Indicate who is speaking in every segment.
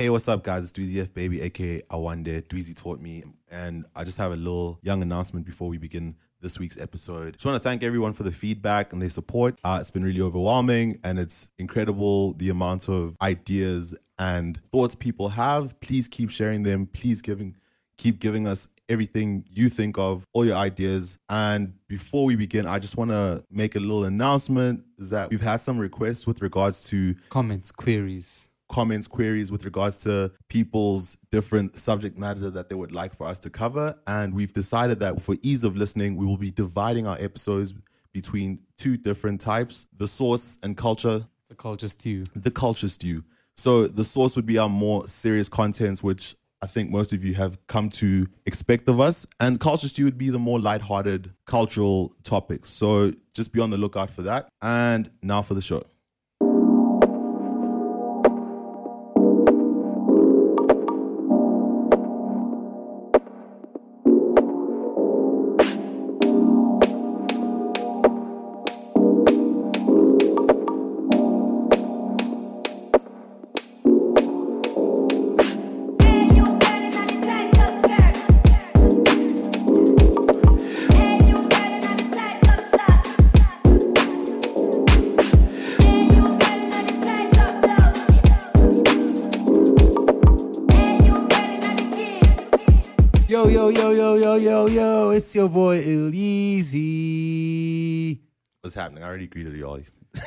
Speaker 1: Hey, what's up, guys? It's Dweezy F Baby, aka Awande. Dweezy taught me, and I just have a little young announcement before we begin this week's episode. Just want to thank everyone for the feedback and their support. Uh, it's been really overwhelming, and it's incredible the amount of ideas and thoughts people have. Please keep sharing them. Please giving, keep giving us everything you think of, all your ideas. And before we begin, I just want to make a little announcement: is that we've had some requests with regards to
Speaker 2: Comments, queries.
Speaker 1: comments, queries with regards to people's different subject matter that they would like for us to cover. And we've decided that for ease of listening, we will be dividing our episodes between two different types the source and culture,
Speaker 2: It's a culture stew.
Speaker 1: the culture stew. So the source would be our more serious contents, which I think most of you have come to expect of us. And culture stew would be the more lighthearted cultural topics. So just be on the lookout for that. And now for the show.
Speaker 2: Yo, yo, yo, yo, yo, yo, yo. It's your boy Il Yeezy.
Speaker 1: What's happening? I already greeted you all.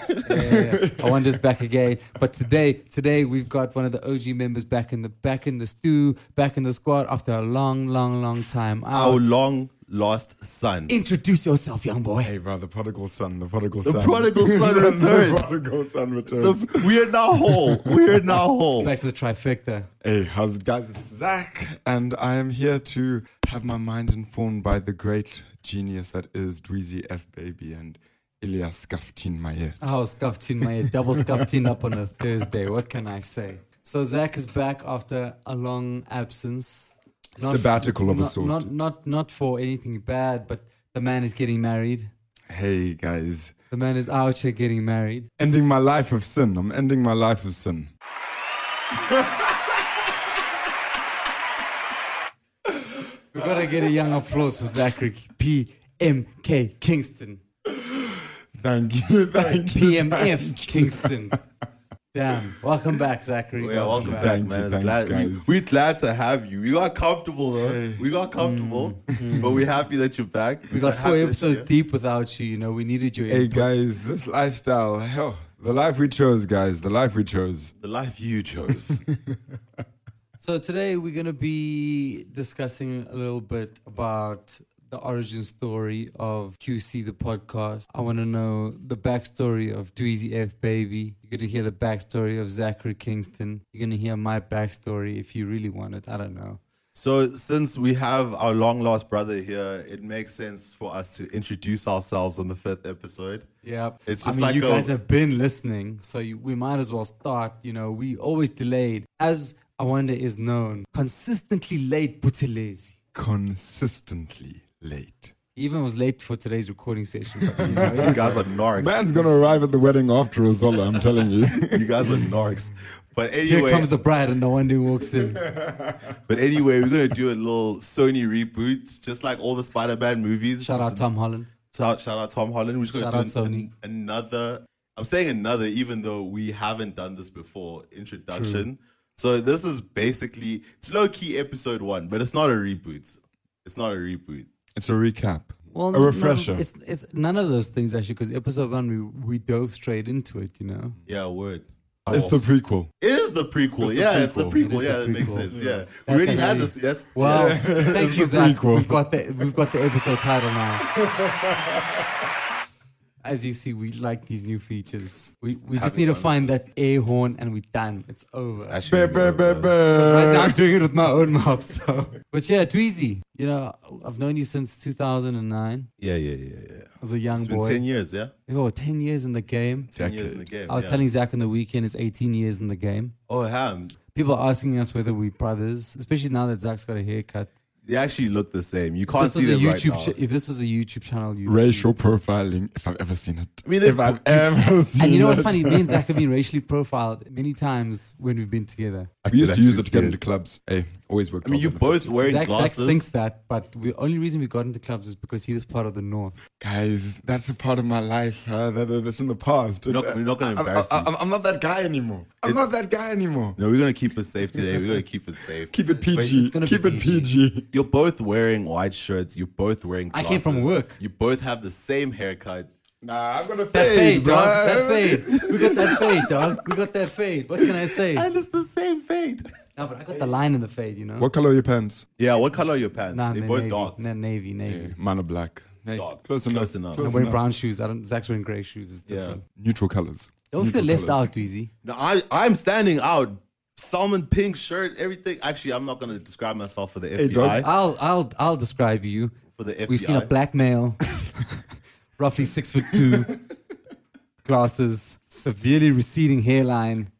Speaker 2: Yeah, I wonder's back again. But today, today we've got one of the OG members back in the back in the stew, back in the squad after a long, long, long time.
Speaker 1: Our
Speaker 2: Out.
Speaker 1: long lost son.
Speaker 2: Introduce yourself, young boy.
Speaker 3: Hey, bro, the prodigal son, the prodigal
Speaker 1: The
Speaker 3: son.
Speaker 1: prodigal son
Speaker 3: The
Speaker 1: returns.
Speaker 3: prodigal son returns.
Speaker 1: The- we are now whole. We are now whole.
Speaker 2: Back to the trifecta.
Speaker 3: hey, how's it, guys? It's Zach, and I am here to have my mind informed by the great genius that is Dweezy F. Baby and Ilyas Skaftin Mayet.
Speaker 2: Oh, scuffed in my head. Double scuffed in up on a Thursday. What can I say? So Zach is back after a long absence.
Speaker 3: Sabbatical of a
Speaker 2: not,
Speaker 3: sort.
Speaker 2: Not, not, not for anything bad, but the man is getting married.
Speaker 3: Hey, guys.
Speaker 2: The man is out here getting married.
Speaker 3: Ending my life of sin. I'm ending my life of sin.
Speaker 2: We gotta get a young applause for Zachary P M K Kingston.
Speaker 3: Thank you. Thank you.
Speaker 2: P M F Kingston. Damn. Welcome back, Zachary.
Speaker 1: Yeah, welcome back,
Speaker 3: Thank you,
Speaker 1: man. It's
Speaker 3: thanks,
Speaker 1: glad- we,
Speaker 3: guys. Mm.
Speaker 1: we're glad to have you. We got comfortable, though.
Speaker 3: Hey.
Speaker 1: We got comfortable,
Speaker 3: Mm.
Speaker 1: but we're happy that you're back.
Speaker 2: We got four episodes deep without you, you know. We needed your
Speaker 3: Hey,
Speaker 2: input.
Speaker 3: guys, this lifestyle, hell, the life we chose, guys, the life we chose.
Speaker 1: The life you chose.
Speaker 2: So today we're going to be discussing a little bit about the origin story of QC the podcast. I want to know the backstory of Dweezy F Baby. You're going to hear the backstory of Zachary Kingston. You're going to hear my backstory if you really want it. I don't know.
Speaker 1: so, since we have our long lost brother here, it makes sense for us to introduce ourselves on the fifth episode.
Speaker 2: Yeah,
Speaker 1: It's
Speaker 2: I
Speaker 1: just
Speaker 2: mean,
Speaker 1: like
Speaker 2: you
Speaker 1: a-
Speaker 2: guys have been listening, so you, we might as well start. You know, we always delayed, as I wonder is known, consistently late Butelezi.
Speaker 3: Consistently late.
Speaker 2: He even was late for today's recording session. But, you know,
Speaker 1: You guys are narcs.
Speaker 3: Man's gonna arrive at the wedding after Azola, I'm telling you.
Speaker 1: You guys are narcs. But
Speaker 2: Here
Speaker 1: anyway,
Speaker 2: comes the bride, and no wonder who walks in.
Speaker 1: but anyway, we're gonna do a little Sony reboot, just like all the Spider-Man movies.
Speaker 2: Shout
Speaker 1: Just
Speaker 2: out Tom Holland.
Speaker 1: Shout, shout out Tom Holland. We're just going to
Speaker 2: Shout
Speaker 1: do
Speaker 2: out
Speaker 1: an-
Speaker 2: Sony.
Speaker 1: an- another. I'm saying another, even though we haven't done this before. Introduction. So this is basically it's low key episode one, but it's not a reboot. It's not a reboot.
Speaker 3: It's a recap.
Speaker 2: Well,
Speaker 3: a refresher.
Speaker 2: it's, it's none of those things actually, because episode one we we dove straight into it. You know,
Speaker 1: Yeah, word.
Speaker 3: It's the prequel.
Speaker 1: It is the prequel.
Speaker 3: the
Speaker 1: yeah, it's the
Speaker 3: prequel.
Speaker 1: prequel.
Speaker 2: It is
Speaker 1: yeah,
Speaker 2: the
Speaker 1: that makes
Speaker 2: prequel.
Speaker 1: sense. Yeah, we
Speaker 2: That's
Speaker 1: already had
Speaker 2: actually-
Speaker 1: this. Yes.
Speaker 2: Wow!
Speaker 3: It's
Speaker 2: thank you,
Speaker 3: the
Speaker 2: Zach.
Speaker 3: prequel.
Speaker 2: We've got the we've got the episode title now. As you see, we like these new features. We we just
Speaker 1: Having
Speaker 2: need to
Speaker 1: fun with
Speaker 2: find that air horn, and we're done. It's over.
Speaker 1: Actually,
Speaker 3: Bah, bah, bah,
Speaker 2: Right now, I'm
Speaker 3: bah.
Speaker 2: doing it with my own mouth. So, but yeah, Tweezy, you know, I've known you since 2009.
Speaker 1: Yeah, yeah, yeah, yeah.
Speaker 2: I was a young
Speaker 1: It's been
Speaker 2: boy.
Speaker 1: ten years. Yeah,
Speaker 2: Oh, 10 years in the game.
Speaker 1: ten years in the
Speaker 3: Decade.
Speaker 1: game.
Speaker 2: I was
Speaker 1: yeah.
Speaker 2: telling Zach on the weekend it's 18 years in the game.
Speaker 1: Oh, ham.
Speaker 2: People are asking us whether we're brothers, especially now that Zach's got a haircut.
Speaker 1: They actually look the same. You can't
Speaker 2: This
Speaker 1: see
Speaker 2: was a
Speaker 1: them
Speaker 2: YouTube.
Speaker 1: right now.
Speaker 2: cha- if this was a YouTube channel, you'd
Speaker 3: Racial profiling, if I've ever seen it.
Speaker 1: I mean,
Speaker 3: if I've ever
Speaker 2: see.
Speaker 3: seen
Speaker 2: And you know what's
Speaker 3: it.
Speaker 2: funny? Me and Zach have been racially profiled many times when we've been together.
Speaker 3: We used to use
Speaker 1: Actually
Speaker 3: it to get
Speaker 1: see
Speaker 3: into clubs. Hey, always work.
Speaker 1: I mean, you're both wearing
Speaker 2: Zach, Zach
Speaker 1: glasses.
Speaker 2: thinks that, but the only reason we got into clubs is because he was part of the North.
Speaker 3: guys. That's a part of my life. huh? That- that- that's in the past. Uh,
Speaker 1: We're not- we're not gonna
Speaker 3: I'm-
Speaker 1: embarrass
Speaker 3: I'm,
Speaker 1: you.
Speaker 3: I'm, I'm not that guy anymore. I'm
Speaker 1: It-
Speaker 3: not that guy anymore.
Speaker 1: no, we're gonna keep it safe today. We're gonna keep it safe.
Speaker 3: Keep it
Speaker 2: it's
Speaker 3: PG.
Speaker 2: gonna
Speaker 3: Keep
Speaker 2: be
Speaker 3: it
Speaker 2: PG.
Speaker 3: PG.
Speaker 1: You're both wearing white shirts. You're both wearing.
Speaker 2: I
Speaker 1: Glasses.
Speaker 2: came from work.
Speaker 1: You both have the same haircut.
Speaker 3: Nah, I'm gonna
Speaker 2: That
Speaker 3: fade,
Speaker 2: fade,
Speaker 3: bro.
Speaker 2: dog. That fade. We got that fade, dog. We got that fade. What can I say? No,
Speaker 1: And it's the same fade.
Speaker 2: but I got the line in the fade, you know?
Speaker 3: What color are your pants?
Speaker 1: Yeah, what color are your pants?
Speaker 2: Nah,
Speaker 1: They're
Speaker 2: man,
Speaker 1: both
Speaker 2: navy.
Speaker 1: dark.
Speaker 2: Nah, navy, navy.
Speaker 3: Mine are black. Hey,
Speaker 1: Dark.
Speaker 3: Close enough.
Speaker 1: Close enough.
Speaker 2: I'm
Speaker 3: Close
Speaker 2: wearing
Speaker 3: enough.
Speaker 2: brown shoes. I don't, Zach's wearing grey shoes. It's
Speaker 1: Yeah.
Speaker 2: different.
Speaker 3: Neutral colors.
Speaker 2: Don't feel
Speaker 3: Neutral
Speaker 2: left
Speaker 3: colours.
Speaker 2: out, Dweezy.
Speaker 1: No, I I'm standing out. Salmon pink shirt, everything. Actually, I'm not gonna describe myself for the FBI.
Speaker 3: dog.
Speaker 2: I'll, I'll, I'll describe you.
Speaker 1: for the FBI.
Speaker 2: We've seen a black male, roughly six foot two, glasses, severely receding hairline,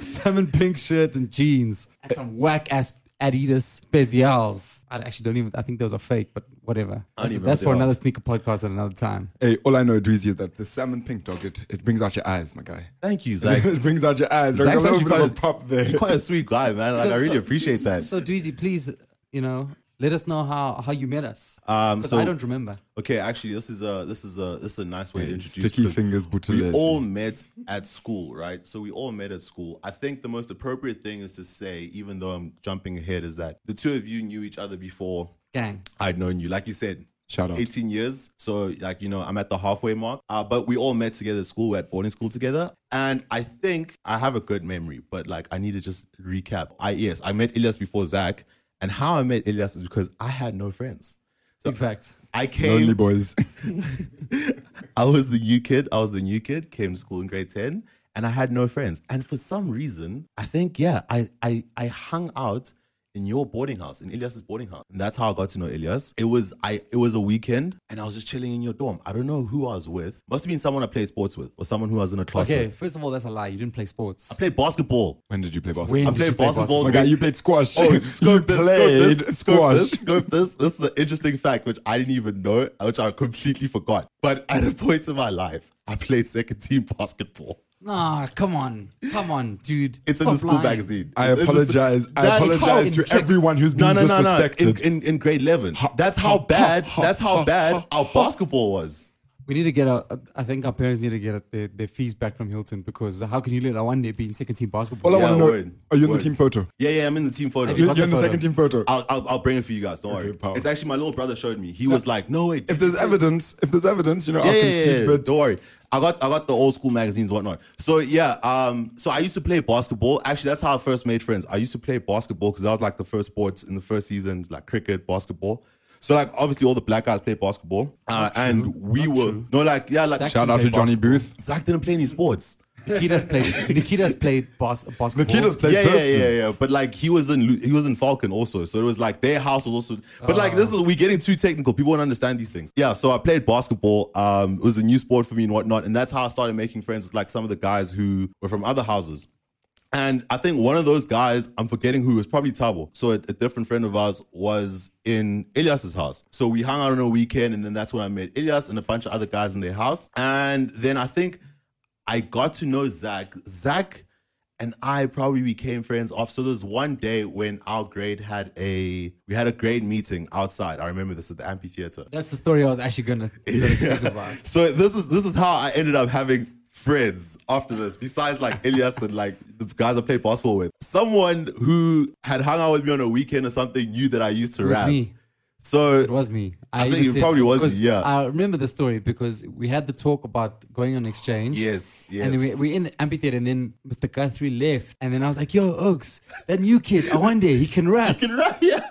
Speaker 2: salmon pink shirt and jeans, and some whack ass Adidas Spezials. I actually don't even. I think those are fake, but whatever.
Speaker 1: I don't
Speaker 2: That's,
Speaker 1: even
Speaker 2: that's
Speaker 1: know what
Speaker 2: for
Speaker 1: they are.
Speaker 2: another sneaker podcast at another time.
Speaker 3: Hey, all I know, Dweezy, is that the salmon pink dog, it, it brings out your eyes, my guy.
Speaker 1: Thank you, Zach.
Speaker 3: it brings out your eyes. There's a
Speaker 1: Zach's
Speaker 3: little
Speaker 1: actually
Speaker 3: bit of
Speaker 1: quite
Speaker 3: a
Speaker 1: a-
Speaker 3: pop there.
Speaker 1: You're quite a sweet guy, man. Like I really appreciate that.
Speaker 2: So Dweezy, please, you know, let us know how how you met us.
Speaker 1: Um,
Speaker 2: Because
Speaker 1: so
Speaker 2: I don't remember.
Speaker 1: okay, actually, this is a this is a this is a nice way to introduce.
Speaker 3: Sticky
Speaker 1: because
Speaker 3: fingers,
Speaker 1: We
Speaker 3: Buthelezi.
Speaker 1: all met at school, right? So we all met at school. I think the most appropriate thing is to say, even though I'm jumping ahead, is that the two of you knew each other before
Speaker 2: Gang.
Speaker 1: I'd known you. Like you said,
Speaker 3: Shout out.
Speaker 1: 18 years. So, like, you know, I'm at the halfway mark. Uh, but we all met together at school. We're at boarding school together. And I think I have a good memory, but like, I need to just recap. I, yes, I met Ilyas before Zach. And how I met Ilyas is because I had no friends. So
Speaker 2: Big fact.
Speaker 1: I
Speaker 3: Lonely
Speaker 1: came,
Speaker 3: boys.
Speaker 1: I was the new kid. I was the new kid, came to school in grade 10, and I had no friends. And for some reason, I think, yeah, I, I, I hung out. In your boarding house, in Ilyas's boarding house, and that's how I got to know Ilyas. It was I. It was a weekend, and I was just chilling in your dorm. I don't know who I was with. Must have been someone I played sports with, or someone who I was in a class
Speaker 2: Okay,
Speaker 1: with.
Speaker 2: first of all, that's a lie. You didn't play sports.
Speaker 1: I played basketball.
Speaker 3: when did you play basketball?
Speaker 2: When
Speaker 1: I
Speaker 2: did you
Speaker 1: played
Speaker 2: play
Speaker 1: basketball.
Speaker 3: My guy, you played squash.
Speaker 1: Oh,
Speaker 3: you
Speaker 1: scope this, scope
Speaker 3: played
Speaker 1: this, scope
Speaker 3: squash.
Speaker 1: this, scope this. This is an interesting fact which I didn't even know, which I completely forgot. But at a point in my life, I played second team basketball.
Speaker 2: Nah, Ah, come on. Come on, dude.
Speaker 1: It's in
Speaker 2: Stop
Speaker 1: the school
Speaker 2: lying.
Speaker 1: magazine.
Speaker 3: I
Speaker 1: It's in the-
Speaker 3: apologize. I
Speaker 1: That's
Speaker 3: apologize
Speaker 1: how-
Speaker 3: to
Speaker 2: trick-
Speaker 3: everyone who's
Speaker 1: No,
Speaker 3: been
Speaker 1: no, no, no. In,
Speaker 3: disrespected.
Speaker 1: in, in grade 11. That's how
Speaker 3: ha,
Speaker 1: bad,
Speaker 3: ha,
Speaker 1: that's how
Speaker 3: ha,
Speaker 1: bad
Speaker 3: ha,
Speaker 1: our basketball was.
Speaker 2: We need to get our, I think our parents need to get their, their fees back from Hilton because how can you let our one day be in second team basketball?
Speaker 3: All I
Speaker 1: Yeah,
Speaker 3: want to know,
Speaker 1: word,
Speaker 3: are you in the
Speaker 1: word.
Speaker 3: team photo?
Speaker 1: Yeah, yeah, I'm in the team photo.
Speaker 2: Have you
Speaker 3: You're,
Speaker 2: got
Speaker 3: you're in
Speaker 2: the
Speaker 3: the
Speaker 2: photo?
Speaker 3: second team photo.
Speaker 1: I'll, I'll, I'll bring it for you guys. Don't
Speaker 3: Okay,
Speaker 1: worry.
Speaker 3: power.
Speaker 1: It's actually my little brother showed me. He was like, "No wait,
Speaker 3: If there's evidence, if there's evidence, you know,
Speaker 1: yeah,
Speaker 3: I'll
Speaker 1: yeah,
Speaker 3: concede,
Speaker 1: yeah, yeah.
Speaker 3: but
Speaker 1: don't worry. I got I got the old school magazines and whatnot. So yeah, um, so I used to play basketball. Actually, that's how I first made friends. I used to play basketball because that was like the first sports in the first season, like cricket, basketball. So like obviously all the black guys play basketball, uh, and we were no like yeah like Zach,
Speaker 2: Zach-
Speaker 3: shout out to Johnny Booth.
Speaker 1: didn't play any sports.
Speaker 2: Nikita's played, Nikita's played bas- basketball.
Speaker 3: Nikita's played
Speaker 1: yeah,
Speaker 3: first.
Speaker 1: yeah,
Speaker 3: team.
Speaker 1: yeah, yeah. But like he was in Lu- he was in Falcon also, so it was like their house was also. But like
Speaker 3: Ah.
Speaker 1: this is we getting too technical. People won't understand these things. Yeah, so I played basketball. Um, it was a new sport for me and whatnot, and that's how I started making friends with like some of the guys who were from other houses. And I think one of those guys, I'm forgetting who, was probably Tabo. So a, a different friend of ours was in Ilyas's house. So we hung out on a weekend, and then that's when I met Ilyas and a bunch of other guys in their house. And then I think I got to know Zach. Zach and I probably became friends off. So there was one day when our grade had a we had a grade meeting outside. I remember this at the amphitheater.
Speaker 2: That's the story I was actually going to speak about.
Speaker 1: So this is this is how I ended up having friends after this, besides like Ilyas and like the guys I played basketball with. Someone who had hung out with me on a weekend or something knew that I used to
Speaker 2: It was
Speaker 1: rap.
Speaker 2: me. It
Speaker 1: So
Speaker 2: was me.
Speaker 1: I think
Speaker 2: even
Speaker 1: it
Speaker 2: said-
Speaker 1: probably was you,
Speaker 2: because
Speaker 1: yeah.
Speaker 2: I remember the story because we had the talk about going on exchange.
Speaker 1: yes, yes.
Speaker 2: And we, we're in the amphitheater, and then Mr. Guthrie left. And then I was like, yo, Oaks, that new kid, I wonder, he can rap.
Speaker 1: can rap, yeah.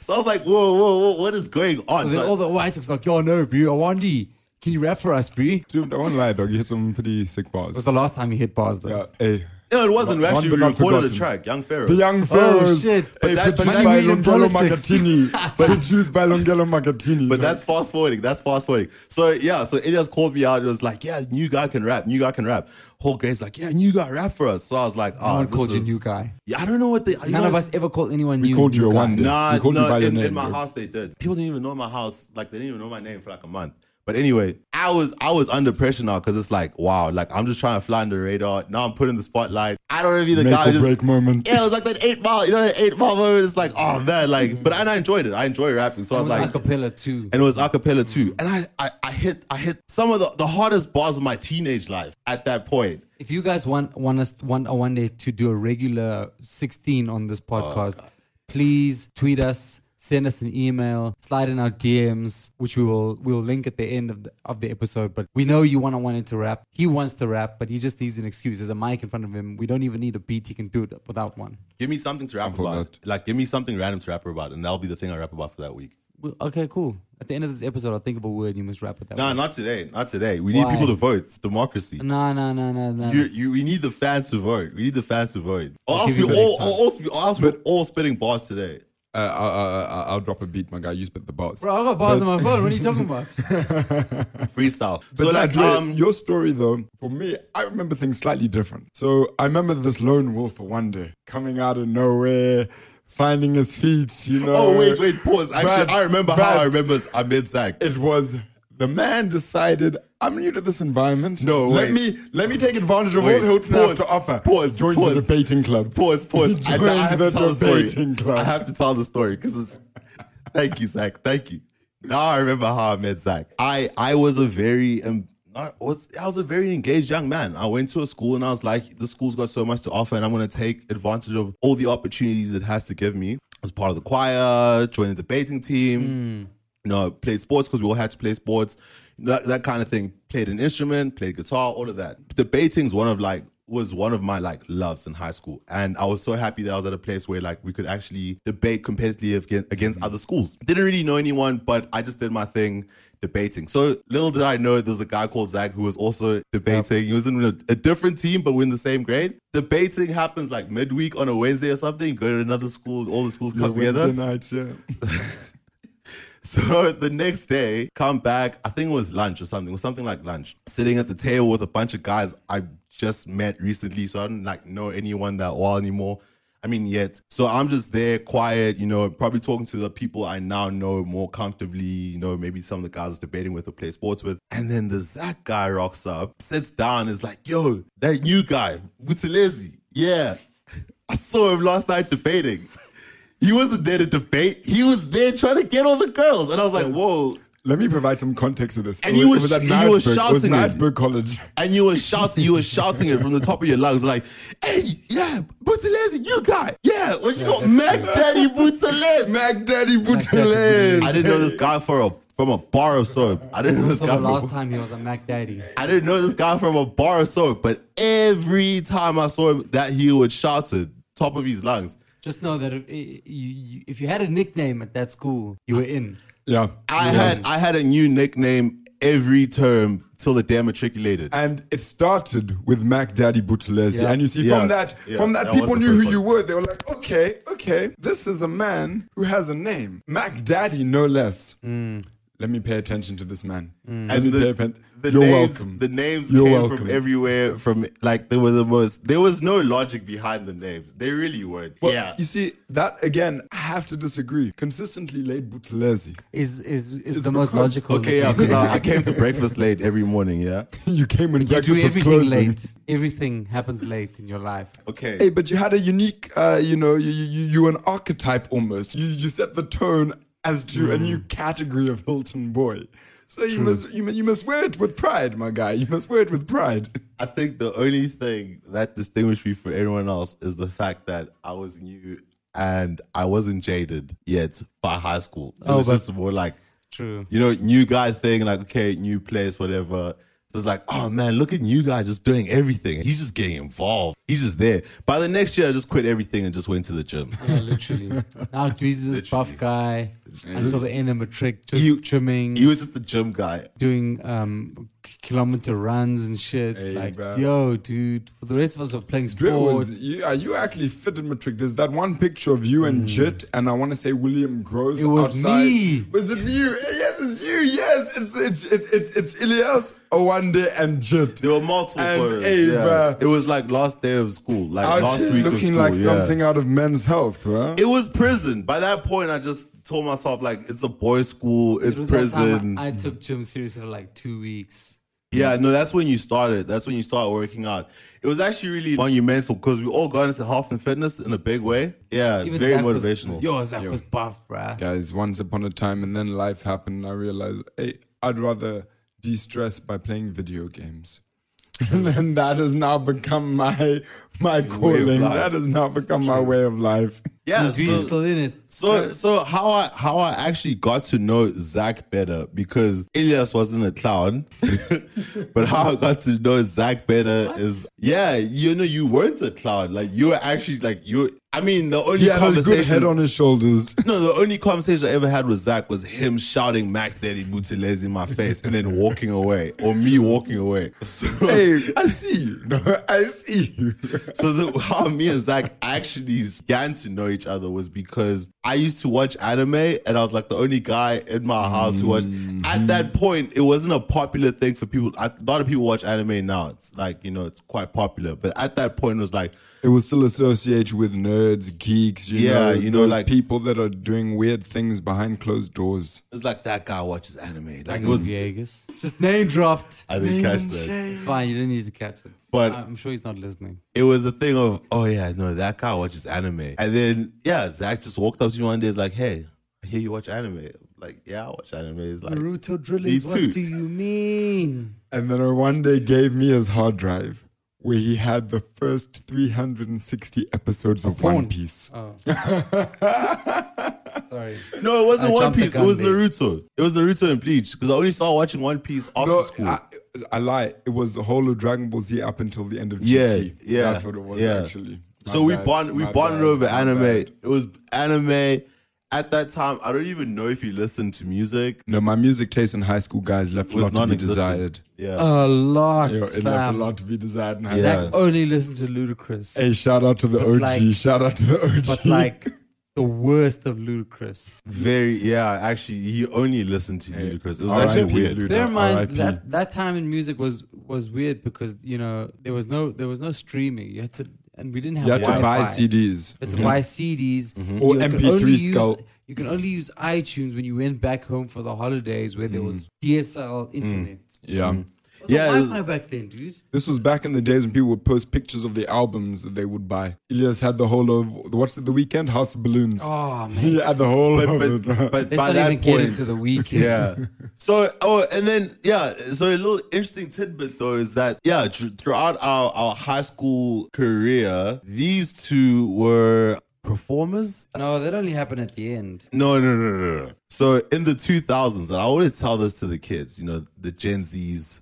Speaker 1: So I was like, whoa, whoa, whoa, what is going on?
Speaker 2: And then
Speaker 1: So-
Speaker 2: all the white folks like, yo, no, bro, Awandi, can you rap for us, bro? It
Speaker 3: Dude, I won't lie, dog. You hit some pretty sick bars.
Speaker 2: was the last time he hit bars, though.
Speaker 3: Yeah, hey,
Speaker 1: No, it wasn't. We
Speaker 3: One
Speaker 1: actually
Speaker 3: but not
Speaker 1: recorded a
Speaker 3: forgotten.
Speaker 1: track, Young Pharaoh.
Speaker 3: The Young
Speaker 2: Oh
Speaker 3: Pharaohs.
Speaker 2: shit!
Speaker 1: But
Speaker 3: Hey,
Speaker 1: that- but
Speaker 3: produced
Speaker 1: that
Speaker 3: by
Speaker 2: you mean
Speaker 3: Longelo
Speaker 2: politics.
Speaker 3: Magatini. produced by Longelo Magatini.
Speaker 1: But that's fast forwarding. That's fast forwarding. So yeah, so Ilias called me out. It was like, yeah, new guy can rap. New guy can rap. Whole Grade's like, yeah, new guy rap for us. So I was like,
Speaker 2: No
Speaker 1: oh,
Speaker 2: one
Speaker 1: this
Speaker 2: called you
Speaker 1: is-
Speaker 2: new guy.
Speaker 1: Yeah, I don't know what they. you
Speaker 2: None
Speaker 1: know,
Speaker 2: of us ever called anyone
Speaker 3: We
Speaker 2: new.
Speaker 3: called
Speaker 2: new
Speaker 3: you a
Speaker 2: guy.
Speaker 3: one day.
Speaker 1: Nah,
Speaker 3: They called you
Speaker 1: no,
Speaker 3: by your
Speaker 1: in, in
Speaker 3: name,
Speaker 1: my
Speaker 3: bro.
Speaker 1: house they did. People didn't even know my house. Like they didn't even know my name for like a month. But anyway, I was I was under pressure now because it's like wow, like I'm just trying to fly under the radar. Now I'm put in the spotlight. I don't want to be the
Speaker 3: make
Speaker 1: guy. who
Speaker 3: or
Speaker 1: just,
Speaker 3: break moment.
Speaker 1: Yeah, it was like that eight mile. You know, that eight mile moment. It's like oh man,
Speaker 3: Mm-hmm.
Speaker 1: like. But and I enjoyed it. I enjoy rapping. So I
Speaker 2: It
Speaker 1: was
Speaker 2: was
Speaker 1: like,
Speaker 2: acapella too.
Speaker 1: and it was acapella too. And I, I, I hit I hit some of the, the hardest bars of my teenage life at that point.
Speaker 2: If you guys want want us want a one day to do a regular sixteen on this
Speaker 3: Oh,
Speaker 2: podcast, please tweet us, send us an email, slide in our DMs, which we will we'll link at the end of the, of the episode. But we know you want to want him to rap. He wants to rap, but he just needs an excuse. There's a mic in front of him. We don't even need a beat. He can do it without one.
Speaker 1: Give me something to rap
Speaker 3: I forgot.
Speaker 1: about. Like give me something random to rap about, and that'll be the thing I rap about for that week.
Speaker 2: Well, okay, cool. At the end of this episode, I'll think of a word. You must rap with that.
Speaker 1: No,
Speaker 2: one.
Speaker 1: not today. Not today. We need
Speaker 2: Why?
Speaker 1: people to vote. It's democracy.
Speaker 2: No, no, no, no, no.
Speaker 1: You, you, we need the fans to vote. We need the fans to vote. Or
Speaker 2: I'll
Speaker 1: else
Speaker 2: give
Speaker 1: we
Speaker 2: you the
Speaker 1: all,
Speaker 2: next
Speaker 1: or else we, or else we're all spitting bars today.
Speaker 3: Uh, I, I, I, I'll drop a beat, my guy. You spit the bars.
Speaker 2: Bro, I got bars on my phone. What are you talking about?
Speaker 1: Freestyle.
Speaker 3: But
Speaker 1: so like,
Speaker 3: Andre,
Speaker 1: um,
Speaker 3: your story though, for me, I remember things slightly different. So I remember this lone wolf for one day coming out of nowhere, finding his feet. You know.
Speaker 1: oh wait, wait, pause. Actually,
Speaker 3: But-
Speaker 1: I remember how I
Speaker 3: but-
Speaker 1: remember. I made Zach.
Speaker 3: It was the man decided. I'm new to this environment.
Speaker 1: No, wait.
Speaker 3: let me let me take advantage of
Speaker 1: Wait,
Speaker 3: all Hilton
Speaker 1: pause,
Speaker 3: has to offer.
Speaker 1: pause,
Speaker 3: join the
Speaker 1: pause.
Speaker 3: debating club.
Speaker 1: Pause, pause. I,
Speaker 3: Join
Speaker 1: I have
Speaker 3: the
Speaker 1: to tell the story.
Speaker 3: debating club.
Speaker 1: I have to tell the story because it's. Thank you, Zach. Thank you. Now I remember how I met Zach. I I was a very um, I was I was a very engaged young man. I went to a school and I was like, the school's got so much to offer, and I'm going to take advantage of all the opportunities it has to give me. I was part of the choir, joined the debating team
Speaker 3: Hmm.
Speaker 1: you know, played sports because we all had to play sports, that, that kind of thing. Played an instrument, played guitar, all of that. Debating's one of like was one of my like loves in high school, and I was so happy that I was at a place where like we could actually debate competitively against, against other schools. Didn't really know anyone, but I just did my thing debating. So little did I know there was a guy called Zach who was also debating. He was in a, a different team, but we're in the same grade. Debating happens like midweek on a Wednesday or something. Go to another school, all the schools
Speaker 3: Yeah,
Speaker 1: come together.
Speaker 3: Wednesday night, yeah.
Speaker 1: So the next day, come back. I think it was lunch or something. It was something like lunch. Sitting at the table with a bunch of guys I just met recently, so I don't like know anyone that well anymore. I mean, yet. So I'm just there, quiet. You know, probably talking to the people I now know more comfortably. You know, maybe some of the guys I was debating with or play sports with. And then the Zach guy rocks up, sits down, is like, "Yo, that new guy, Butilezi, yeah." I saw him last night debating. He wasn't there to debate. He was there trying to get all the girls. And I was like, whoa.
Speaker 3: Let me provide some context to this.
Speaker 1: And
Speaker 3: It
Speaker 1: you were
Speaker 3: it
Speaker 1: sh- you were
Speaker 3: Knightsburg. It was
Speaker 1: shouting it.
Speaker 3: Knightsburg College.
Speaker 1: And you were shouting, you were shouting it from the top of your lungs, like, hey, yeah, Butalezi, you guy. Yeah, well, you got
Speaker 2: that's
Speaker 1: Mac Daddy Butalezi.
Speaker 3: Mac Daddy
Speaker 2: Butelez.
Speaker 1: I didn't know this guy for a from a bar of soap. I didn't know this
Speaker 2: So
Speaker 1: guy
Speaker 2: the
Speaker 1: from a
Speaker 2: last time he was a Mac Daddy.
Speaker 1: I didn't know this guy from a bar of soap, but every time I saw him that he would shout it, top of his lungs.
Speaker 2: Just know that if, you, you, if you had a nickname at that school, you were in.
Speaker 3: Yeah.
Speaker 1: I had I had a new nickname every term till the day I matriculated.
Speaker 3: and it started with Mac Daddy Butelezi.
Speaker 2: Yeah.
Speaker 3: And you see,
Speaker 1: Yeah.
Speaker 3: from that,
Speaker 1: Yeah.
Speaker 3: from that,
Speaker 1: That was
Speaker 3: people
Speaker 1: the
Speaker 3: knew
Speaker 1: first
Speaker 3: who
Speaker 1: one.
Speaker 3: you were. They were like, okay, okay, this is a man who has a name, Mac Daddy, no less. Let me pay attention to this man. Let me
Speaker 1: Mm. and
Speaker 3: pay
Speaker 1: the,
Speaker 3: atten-
Speaker 1: the
Speaker 3: You're
Speaker 1: names,
Speaker 3: welcome.
Speaker 1: the names
Speaker 3: You're
Speaker 1: came
Speaker 3: welcome.
Speaker 1: from everywhere. From like there was the most, there was no logic behind the names. They really weren't.
Speaker 3: But
Speaker 1: yeah,
Speaker 3: You see, that again, I have to disagree. Consistently late Butelezi.
Speaker 2: Is is, is
Speaker 3: It's
Speaker 2: the most
Speaker 3: because-
Speaker 2: logical.
Speaker 1: okay, yeah.
Speaker 2: nickname.
Speaker 1: Because I, I came to breakfast late every morning. Yeah.
Speaker 3: you came when
Speaker 2: you
Speaker 3: breakfast
Speaker 2: do
Speaker 3: was
Speaker 2: everything
Speaker 3: closing.
Speaker 2: late. Everything happens late in your life.
Speaker 1: Okay.
Speaker 3: Hey, but you had a unique, uh, you know, you you you- you an archetype almost. You you set the tone as to a new category of Hilton boy. So you must you, mu- you must wear it with pride, my guy. You must wear it with pride.
Speaker 1: I think the only thing that distinguished me from everyone else is the fact that I was new and I wasn't jaded yet by high school. It
Speaker 2: Oh,
Speaker 1: was
Speaker 2: but-
Speaker 1: just more like
Speaker 2: True.
Speaker 1: you know, new guy thing, like okay, new place, whatever. it's like, oh man, look at you guy just doing everything. He's just getting involved. He's just there. By the next year, I just quit everything and just went to the gym.
Speaker 2: Yeah, literally. now Dweezy's this buff guy until the end of matric, just
Speaker 1: You-
Speaker 2: trimming,
Speaker 1: He was just the gym guy.
Speaker 2: doing um, k- kilometer runs and shit.
Speaker 3: Hey,
Speaker 2: like,
Speaker 3: bruh.
Speaker 2: yo, dude. The rest of us were playing
Speaker 3: Dre
Speaker 2: sports.
Speaker 3: was you, uh, you actually fit in Matric. There's that one picture of you and Jit, and I want to say William Groves.
Speaker 2: It was
Speaker 3: outside.
Speaker 2: me.
Speaker 3: Was it you? Yes, it's you. Yes, it's it's it's it's, it's Ilyas, Owande, and Jit.
Speaker 1: There were multiple
Speaker 3: And
Speaker 1: photos.
Speaker 3: hey,
Speaker 1: yeah.
Speaker 3: bruh.
Speaker 1: It was like last day of school, like
Speaker 3: Out
Speaker 1: last
Speaker 3: here
Speaker 1: week of
Speaker 3: looking
Speaker 1: school.
Speaker 3: like
Speaker 1: yeah.
Speaker 3: something out of Men's Health, bro.
Speaker 1: It was prison. By that point, I just told myself like it's a boys' school, it's
Speaker 2: It was that time
Speaker 1: prison.
Speaker 2: I I took gym seriously for like two weeks.
Speaker 1: Yeah, no, that's when you started. That's when you started working out. It was actually really monumental because we all got into health and fitness in a big way. Yeah, very
Speaker 2: Zach
Speaker 1: motivational.
Speaker 2: Was, yo, Zach was buff, bruh.
Speaker 3: Guys, once upon a time, and then life happened. And I realized, hey, I'd rather de-stress by playing video games. And then that has now become my my calling.
Speaker 1: life.
Speaker 3: That has now become my way of life.
Speaker 1: yeah,
Speaker 2: Dweezy's
Speaker 1: so,
Speaker 2: still in it.
Speaker 1: so so how I how I actually got to know Zach better because Ilias wasn't a clown, but how I got to know Zach better is yeah, you know, you weren't a clown. Like you were actually like you. I mean, the only
Speaker 3: He had a good
Speaker 1: conversations
Speaker 3: head on his shoulders.
Speaker 1: No, the only conversation I ever had with Zach was him shouting Mac Daddy Mutilez in my face and then walking away, or me walking away. So,
Speaker 3: hey, I see you. No, I see you.
Speaker 1: so the, how me and Zach actually began to know each other was because I used to watch anime and I was like the only guy in my house who watched. At that point, it wasn't a popular thing for people. A lot of people watch anime now. It's like, you know, it's quite popular. But at that point, it was like,
Speaker 3: It was still associated with nerds, geeks, you
Speaker 1: Yeah,
Speaker 3: know,
Speaker 1: you know,
Speaker 3: those
Speaker 1: like-
Speaker 3: people that are doing weird things behind closed doors.
Speaker 1: it's like that guy watches anime.
Speaker 2: Mm.
Speaker 1: Like, it was.
Speaker 2: Viegas. Just name dropped.
Speaker 1: I didn't catch that.
Speaker 2: It's fine. You didn't need to catch it.
Speaker 1: But-
Speaker 2: I'm sure he's not listening.
Speaker 1: it was a thing of, oh yeah, no, that guy watches anime. And then yeah, Zach just walked up to me one day, is like, hey, I hear you watch anime. I'm like, yeah, I watch anime. It's like,
Speaker 2: Naruto drillings.
Speaker 1: me too.
Speaker 2: What do you mean?
Speaker 3: And then one day gave me his hard drive where he had the first 360 episodes of One
Speaker 2: porn.
Speaker 3: Piece.
Speaker 2: Oh. Sorry.
Speaker 1: no, it wasn't
Speaker 2: I
Speaker 1: One
Speaker 2: jumped the
Speaker 1: Piece. It
Speaker 2: gun
Speaker 1: was
Speaker 2: there.
Speaker 1: Naruto. It was Naruto and Bleach because I only started watching One Piece after
Speaker 3: No,
Speaker 1: school.
Speaker 3: I, I lie. It was the whole of Dragon Ball Z up until the end of
Speaker 1: Yeah,
Speaker 3: GT.
Speaker 1: yeah,
Speaker 3: That's what it was,
Speaker 1: yeah.
Speaker 3: actually. My
Speaker 1: so we
Speaker 3: bad,
Speaker 1: bond, we
Speaker 3: my
Speaker 1: bonded
Speaker 3: bad,
Speaker 1: over
Speaker 3: my
Speaker 1: anime.
Speaker 3: bad.
Speaker 1: It was anime. At that time, I don't even know if you listened to music.
Speaker 3: No, my music taste in high school, guys, left
Speaker 1: It
Speaker 3: a
Speaker 1: was
Speaker 3: lot to be
Speaker 1: non-existent.
Speaker 3: desired. Uh,
Speaker 1: Yeah.
Speaker 2: A lot.
Speaker 3: Yo, it left a
Speaker 2: fam.
Speaker 3: lot to be desired in high
Speaker 1: Yeah.
Speaker 3: school.
Speaker 2: Zach only listened to Ludacris.
Speaker 3: Hey, shout out to the
Speaker 2: But
Speaker 3: OG.
Speaker 2: like-
Speaker 3: shout out to the OG.
Speaker 2: But like the worst of Ludacris.
Speaker 1: Very. Yeah. Actually, he only listened to
Speaker 3: Hey,
Speaker 1: Ludacris. It was
Speaker 3: R.I.P.
Speaker 1: actually weird.
Speaker 3: Luda,
Speaker 2: Bear in mind
Speaker 3: R.I.P..
Speaker 2: that that time in music was was weird because you know there was no there was no streaming. You had to and we didn't have
Speaker 3: you had to buy
Speaker 2: Wi-Fi.
Speaker 3: CDs.
Speaker 2: You had to buy CDs
Speaker 3: Or
Speaker 2: You could
Speaker 3: MP3
Speaker 2: only use-
Speaker 3: skull.
Speaker 2: You can only use iTunes when you went back home for the holidays where there was DSL internet.
Speaker 3: Yeah.
Speaker 1: Mm.
Speaker 2: Was yeah,
Speaker 1: Yeah, it was-
Speaker 2: Wi-Fi back then, dude.
Speaker 3: This was back in the days when people would post pictures of the albums that they would buy. Ilias had the whole of what's it, the weekend? House of Balloons.
Speaker 2: Oh man,
Speaker 3: he had the whole
Speaker 1: But,
Speaker 3: of it.
Speaker 1: but,
Speaker 3: bro.
Speaker 1: but
Speaker 2: let's
Speaker 1: by
Speaker 2: not
Speaker 1: that
Speaker 2: even
Speaker 1: point,
Speaker 2: get into the weekend.
Speaker 1: yeah. So, oh, and then yeah. So a little interesting tidbit though is that yeah, thr- throughout our our high school career, these two were performers.
Speaker 2: No, that only happened at the end.
Speaker 1: No, no, no, no. no. So in the two thousands, and I always tell this to the kids, you know, the Gen Zs.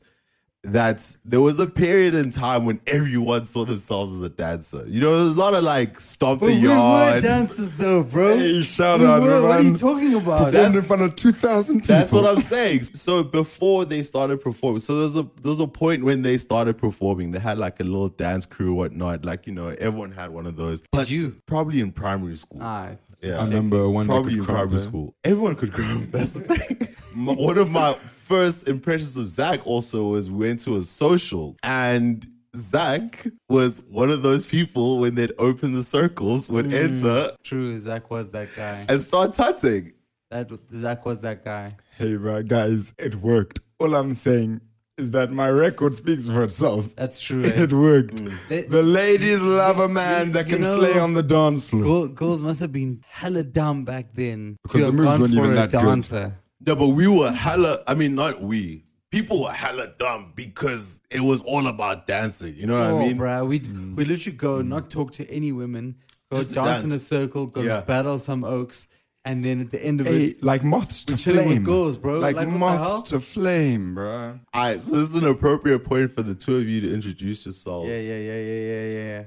Speaker 1: That there was a period in time when everyone saw themselves as a dancer. You know, there's a lot of like stomp the
Speaker 2: we were
Speaker 1: yard.
Speaker 2: dancers though, bro.
Speaker 3: Hey, shout
Speaker 2: we
Speaker 3: out,
Speaker 2: were. What are
Speaker 3: man.
Speaker 2: you talking about?
Speaker 3: Performed in front of 2,000 people.
Speaker 1: That's what I'm saying. So before they started performing, so there's a there's a point when they started performing. They had like a little dance crew, whatnot. Like you know, everyone had one of those.
Speaker 2: Did you?
Speaker 1: Probably in primary school.
Speaker 2: Ah,
Speaker 1: yeah,
Speaker 3: I remember one
Speaker 1: probably
Speaker 3: day
Speaker 1: in primary school. Everyone could crumb. That's the thing. My- one of my first impressions of Zach also was we went to a social and. Zach was one of those people when they'd open the circles
Speaker 2: Hmm.
Speaker 1: would enter
Speaker 2: true. Zach was that guy.
Speaker 1: and start touching.
Speaker 2: That was- Zach was that guy.
Speaker 3: Hey, bro, guys, it worked. All I'm saying is that my record speaks for itself.
Speaker 2: That's true. eh?
Speaker 3: It worked.
Speaker 1: Mm.
Speaker 2: They-
Speaker 3: The ladies love a man that
Speaker 2: You
Speaker 3: can
Speaker 2: know-
Speaker 3: slay on the dance floor.
Speaker 2: Girl, girls must have been hella dumb back then
Speaker 3: Because
Speaker 2: to
Speaker 3: the
Speaker 2: have
Speaker 3: moves
Speaker 2: gone
Speaker 3: weren't
Speaker 2: for
Speaker 3: even
Speaker 2: a
Speaker 3: that good.
Speaker 2: dancer.
Speaker 1: No, but we were hella. I mean, not we. People were hella dumb because it was all about dancing. You know what
Speaker 2: oh,
Speaker 1: I mean?
Speaker 2: bruh, we'd we literally go not talk to any women, go
Speaker 1: Just
Speaker 2: dance, in a
Speaker 1: dance.
Speaker 2: circle, go
Speaker 1: Yeah.
Speaker 2: battle some oaks, And then at the end of
Speaker 3: Hey,
Speaker 2: it,
Speaker 3: like moths to
Speaker 2: We're chilling with
Speaker 3: flame.
Speaker 2: girls, bro.
Speaker 3: Like,
Speaker 2: Like, what the hell?
Speaker 3: moths to flame, bro.
Speaker 1: All right, so this is an appropriate point for the two of you to introduce yourselves.
Speaker 2: yeah, yeah, yeah, yeah, yeah, yeah.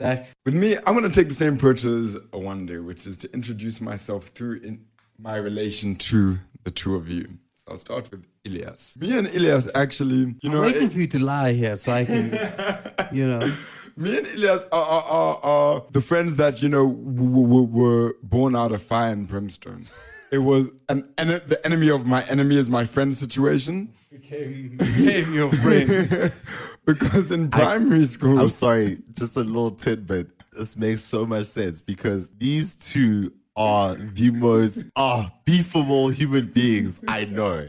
Speaker 2: Zach,
Speaker 3: With me, I'm gonna take the same approach as Wonder, which is to introduce myself through in my relation to the two of you. So I'll start with Ilias. Me and Ilias actually, you know,
Speaker 2: I'm waiting
Speaker 3: it-
Speaker 2: for you to lie here so I can, you know.
Speaker 3: eh, me and Ilias are, are, are, are the friends that you know w- w- were born out of fire and brimstone. It was an en- the enemy of my enemy is my friend situation
Speaker 2: Became, became your friend.
Speaker 3: because in primary school,
Speaker 1: I'm sorry, just a little tidbit. This makes so much sense because these two are the most ah beefable human beings I know.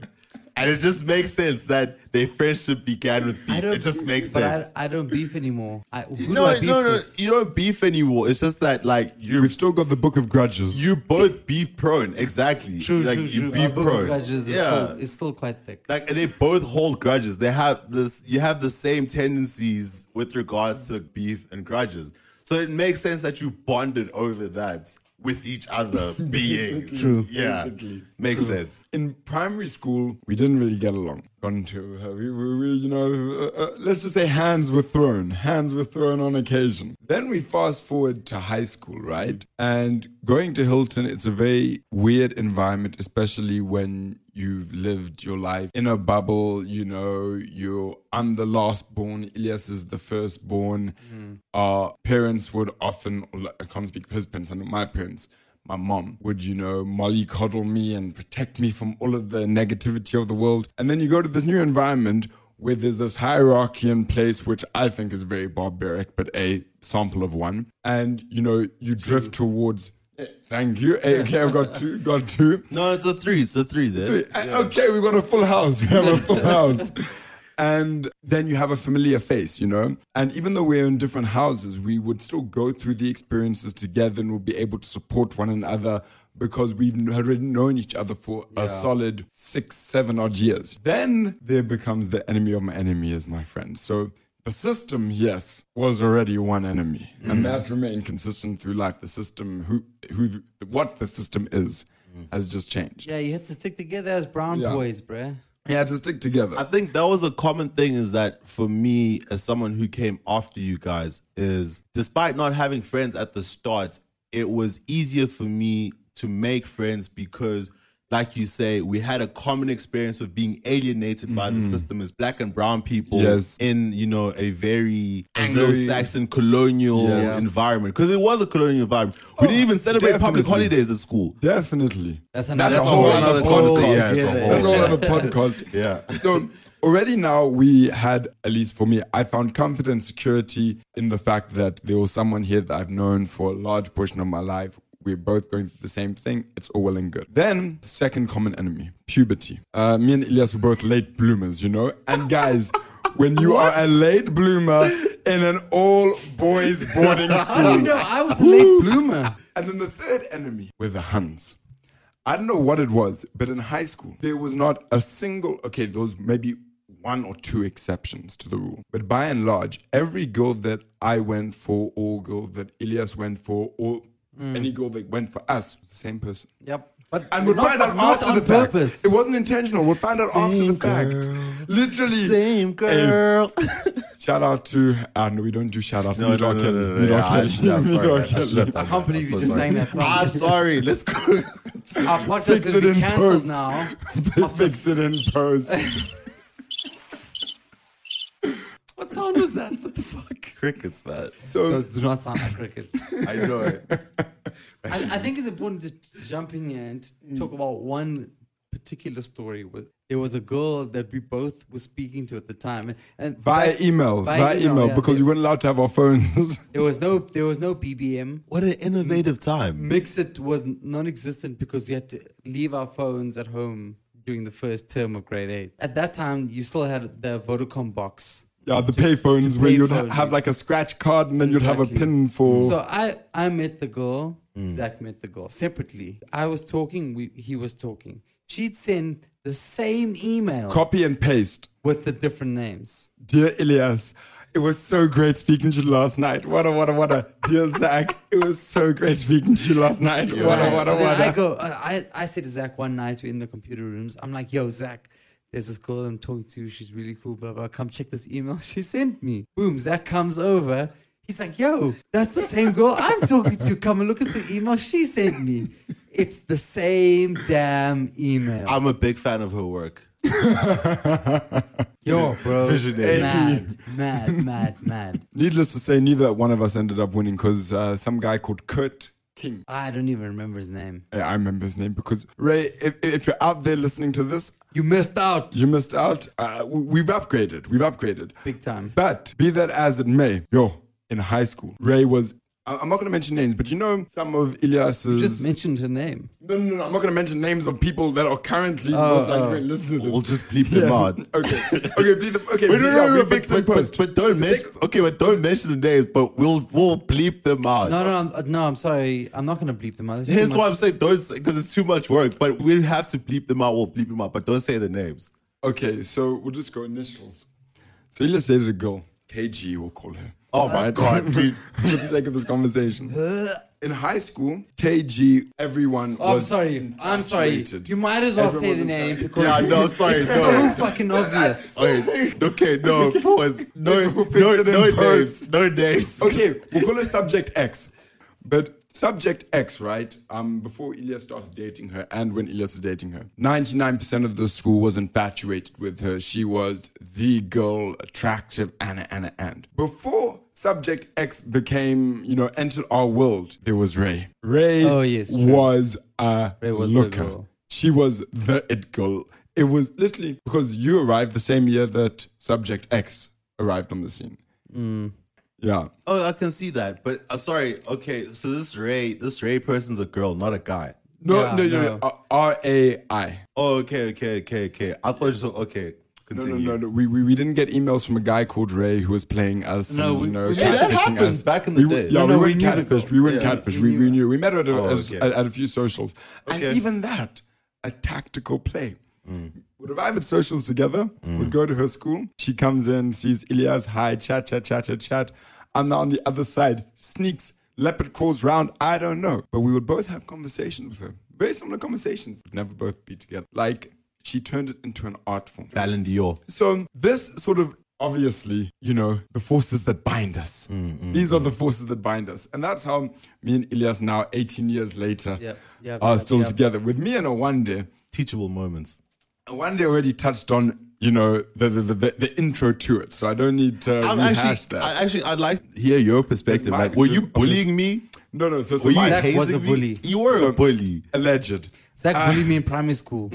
Speaker 1: And it just makes sense that their friendship began with beef. It just makes
Speaker 2: but
Speaker 1: sense.
Speaker 2: I, I don't beef anymore. I, who do
Speaker 1: No,
Speaker 2: I beef
Speaker 1: no, no.
Speaker 2: with?
Speaker 1: You don't beef anymore. It's just that like you
Speaker 3: we've still got the book of grudges.
Speaker 1: you both beef prone. Exactly.
Speaker 2: True,
Speaker 1: like
Speaker 2: true,
Speaker 1: you
Speaker 2: true. Our
Speaker 1: beef
Speaker 2: book of
Speaker 1: prone.
Speaker 2: grudges is
Speaker 1: Yeah.
Speaker 2: still, it's still quite thick.
Speaker 1: Like and they both hold grudges. They have this. You have the same tendencies with regards to beef and grudges. So it makes sense that you bonded over that with each other being
Speaker 2: True.
Speaker 1: Yeah,
Speaker 3: Basically.
Speaker 1: makes sense.
Speaker 3: in primary school, we didn't really get along. Until uh, we, we, we, you know, uh, uh, let's just say hands were thrown. Hands were thrown on occasion. Then we fast forward to high school, right? And going to Hilton, it's a very weird environment, especially when you've lived your life in a bubble. You know, you're I'm the last born. Ilias is the firstborn. Our parents would often, I can't speak for his parents, I know my parents my mom would, you know, mollycoddle me and protect me from all of the negativity of the world. And then you go to this new environment where there's this hierarchy in place, which I think is very barbaric, but a sample of one. And, you know, you drift towards. Thank you. Eh, Okay, I've got two. Got two.
Speaker 1: No, it's a three. It's a three. There.
Speaker 3: Eh, Okay, we've got a full house. We have a full house. And then you have a familiar face, you know? And even though we're in different houses, we would still go through the experiences together and we'll be able to support one another because we've kn- already known each other for a solid six, seven odd years. Then there becomes the enemy of my enemy is my friend. So the system, yes, was already one enemy. And that's remained consistent through life. The system, who, who, what the system is, has just changed.
Speaker 2: Yeah, you have to stick together as brown
Speaker 3: Yeah.
Speaker 2: boys, bruh.
Speaker 3: Yeah, to stick together.
Speaker 1: I think that was a common thing is that for me, as someone who came after you guys, is despite not having friends at the start, it was easier for me to make friends because, like you say, we had a common experience of being alienated by the system as black and brown people
Speaker 3: Mm-hmm. Yes.
Speaker 1: in, you know, a very
Speaker 3: very-
Speaker 1: Anglo Saxon colonial
Speaker 3: Yes.
Speaker 1: environment. Because it was a colonial environment. We didn't even celebrate public
Speaker 3: definitely.
Speaker 1: holidays at school.
Speaker 3: Definitely.
Speaker 2: That's another
Speaker 1: That's a whole
Speaker 2: another
Speaker 1: other conversation. Yeah, it's a
Speaker 2: yeah.
Speaker 1: whole-
Speaker 3: That's all other podcast.
Speaker 1: Yeah.
Speaker 3: So already now we had, at least for me, I found comfort and security in the fact that there was someone here that I've known for a large portion of my life. We're both going through the same thing. It's all well and good. Then, second common enemy, puberty. Uh, me and Elias were both late bloomers, you know? And guys, when you are a late bloomer in an all boys boarding
Speaker 2: Oh,
Speaker 3: school,
Speaker 2: no, I was a late bloomer.
Speaker 3: And then the third enemy were the Huns. I don't know what it was, but in high school, there was not a single, okay, there was maybe one or two exceptions to the rule. But by and large, every girl that I went for, or girl that Ilias went for, or any girl that went for us, was the same person.
Speaker 2: Yep. But
Speaker 3: And we'll
Speaker 2: not-
Speaker 3: find out
Speaker 2: not
Speaker 3: after
Speaker 2: on
Speaker 3: the
Speaker 2: purpose.
Speaker 3: fact. It wasn't intentional. We'll find out after
Speaker 1: Same
Speaker 3: the fact. Literally.
Speaker 1: Same girl.
Speaker 3: Shout out to. Ah, no, we don't do shout out.
Speaker 1: No, no, no, no, no, yeah, I- yeah, sorry, man. I shouldn't have done
Speaker 2: I can't believe you just sang that song.
Speaker 1: I'm sorry. Let's go.
Speaker 2: Our podcast
Speaker 3: Fix
Speaker 2: is going
Speaker 3: it
Speaker 2: to be
Speaker 3: in
Speaker 2: cancelled
Speaker 3: post.
Speaker 2: now.
Speaker 3: Fix it in post.
Speaker 2: What sound was that? What the fuck?
Speaker 1: Crickets, man.
Speaker 3: So
Speaker 2: Those do not sound like crickets.
Speaker 1: I know it.
Speaker 2: I, I think it's important to t- jump in here and t- talk about one particular story. With there was a girl that we both were speaking to at the time, and, and
Speaker 3: via email,
Speaker 2: Via
Speaker 3: via,
Speaker 2: email,
Speaker 3: email,
Speaker 2: yeah.
Speaker 3: because we weren't allowed to have our phones.
Speaker 2: there was no there was no BBM.
Speaker 1: What an innovative time.
Speaker 2: Mixit was non-existent because we had to leave our phones at home during the first term of grade eight. At that time, you still had the Vodacom box.
Speaker 3: yeah, the pay phones where you'd
Speaker 2: payphone.
Speaker 3: ha- have like a scratch card and then you'd have a
Speaker 2: Exactly. Mm.
Speaker 3: pin for.
Speaker 2: So I, I met the girl. Zach met the girl separately. I was talking. We, he was talking. She'd send the same email
Speaker 3: copy and paste.
Speaker 2: with the different names.
Speaker 3: Dear Ilias, It was so great speaking to you last night. What a, what a, what a. Dear Zach, it was so great speaking to you last night. What a,
Speaker 2: Right,
Speaker 3: what a,
Speaker 2: so then
Speaker 3: what
Speaker 2: I
Speaker 3: a.
Speaker 2: go. uh, I I said to Zach one night we're in the computer rooms. I'm like, yo, Zach, there's this girl I'm talking to. She's really cool. Blah blah. Come check this email she sent me. Boom. Zach comes over. He's like, yo, that's the same girl I'm talking to. Come and look at the email she sent me. It's the same damn email.
Speaker 1: I'm a big fan of her work.
Speaker 2: yo, bro.
Speaker 1: Visionary.
Speaker 2: Mad, mad, mad, mad.
Speaker 3: Needless to say, neither one of us ended up winning because uh, some guy called Kurt King.
Speaker 2: I don't even remember his name.
Speaker 3: Yeah, I remember his name because Ray. If, if you're out there listening to this,
Speaker 2: You missed out
Speaker 3: you missed out. Uh, we- we've upgraded. We've upgraded.
Speaker 2: big time.
Speaker 3: But be that as it may, yo, in high school, Ray was. I- I'm not going to mention names, but you know some of Ilyas's.
Speaker 2: Just mentioned her name.
Speaker 3: no, no, no. I'm not going to mention names of people that are currently
Speaker 2: Oh,
Speaker 3: most
Speaker 2: oh.
Speaker 3: angry listeners.
Speaker 1: We'll just bleep them out.
Speaker 3: Okay. Okay. Bleep them. Okay.
Speaker 1: Wait, no,
Speaker 3: bleep-
Speaker 1: no, no,
Speaker 3: yeah, we
Speaker 1: but,
Speaker 3: fix them
Speaker 1: but-
Speaker 3: post.
Speaker 1: but don't mention. Okay, but don't mention the names. But we'll we'll bleep them out.
Speaker 2: No, no, no, no. I'm sorry. I'm not gonna bleep them out. There's too
Speaker 1: Here's
Speaker 2: much-
Speaker 1: why I'm saying don't, because it's too much work. But we have to bleep them out. We'll bleep them out, but don't say the names.
Speaker 3: Okay, so we'll just go initials. So Elias dated a girl. KG, we'll call her.
Speaker 1: Oh my God, dude.
Speaker 3: For the sake of this conversation. In high school, KG, everyone
Speaker 2: Oh, I'm
Speaker 3: was
Speaker 2: sorry. I'm sorry.
Speaker 3: infatuated.
Speaker 2: You might as well
Speaker 3: Everyone
Speaker 2: say
Speaker 3: was
Speaker 2: the name
Speaker 3: infatuated.
Speaker 2: because
Speaker 1: Yeah, no, sorry,
Speaker 2: it's
Speaker 1: no.
Speaker 2: so fucking obvious.
Speaker 1: Okay, okay, no, pause. No,
Speaker 3: We'll fix
Speaker 1: no,
Speaker 3: it in
Speaker 1: no names,
Speaker 3: post.
Speaker 1: no names.
Speaker 3: Okay, we'll call her subject X. But subject X, right? Um, before Elias started dating her and when Elias was dating her, 99% of the school was infatuated with her. She was the girl, attractive, and, and, and. Before subject X became, you know, entered our world, there was Ray. Ray
Speaker 2: Oh, yes, true.
Speaker 3: was a
Speaker 2: Ray was the
Speaker 3: looker.
Speaker 2: girl.
Speaker 3: She was the it girl. It was literally because you arrived the same year that subject X arrived on the scene.
Speaker 2: Mm.
Speaker 3: Yeah.
Speaker 1: Oh, I can see that, but uh, sorry. Okay, so this Ray, this Ray person's a girl, not a guy.
Speaker 3: No,
Speaker 2: Yeah,
Speaker 3: no, no,
Speaker 2: no.
Speaker 3: no. R A I.
Speaker 1: Oh, okay, okay, okay, okay. I thought you said okay.
Speaker 3: No,
Speaker 1: Continue.
Speaker 3: no, no, no. We, we we didn't get emails from a guy called Ray who was playing us.
Speaker 2: No,
Speaker 3: and,
Speaker 2: we-
Speaker 3: you know,
Speaker 2: we-
Speaker 1: Yeah, that
Speaker 3: catfishing
Speaker 1: happens
Speaker 3: us.
Speaker 1: back in the
Speaker 3: we,
Speaker 1: day.
Speaker 2: No,
Speaker 3: Yeah,
Speaker 2: no,
Speaker 3: we
Speaker 2: we
Speaker 3: weren't
Speaker 2: knew the
Speaker 3: catfish.
Speaker 2: girl.
Speaker 3: We weren't
Speaker 1: Yeah.
Speaker 3: catfish.
Speaker 2: We
Speaker 3: We,
Speaker 2: knew
Speaker 3: we
Speaker 2: her.
Speaker 3: knew. We met her at a,
Speaker 1: Oh,
Speaker 3: as-
Speaker 1: okay.
Speaker 3: at, at a few socials,
Speaker 1: Okay.
Speaker 3: and even that, a tactical play. We'd arrive at socials together. We'd go to her school. She comes in, sees Ilias. Hi, chat, chat, chat, chat, chat. I'm now on the other side. Sneaks. Leopard crawls round. I don't know. But we would both have conversations with her. Very similar conversations. We'd never both be together. Like, she turned it into an art form.
Speaker 1: Ballon d'Or.
Speaker 3: So this sort of obviously, you know, the forces that bind us.
Speaker 1: Mm,
Speaker 3: These are the forces that bind us, and that's how me and Ilyas now, 18 years later,
Speaker 2: Yep, yep,
Speaker 3: are
Speaker 2: yep,
Speaker 3: still
Speaker 2: yep.
Speaker 3: together. With me and a one day,
Speaker 1: Teachable moments.
Speaker 3: a one day already touched on, you know, the the, the, the, the intro to it, so I don't need to
Speaker 1: I'm
Speaker 3: rehash
Speaker 1: actually,
Speaker 3: that.
Speaker 1: I, actually, I'd like to hear your perspective.
Speaker 3: It might
Speaker 1: Like,
Speaker 3: be
Speaker 1: were
Speaker 3: too-
Speaker 1: you bullying me?
Speaker 3: no, no, so, so
Speaker 1: Were you
Speaker 3: my-
Speaker 2: Zach
Speaker 1: hazing
Speaker 2: was a
Speaker 1: me?
Speaker 2: bully.
Speaker 1: You were a bully.
Speaker 3: alleged,
Speaker 2: Zach bullied me in primary school.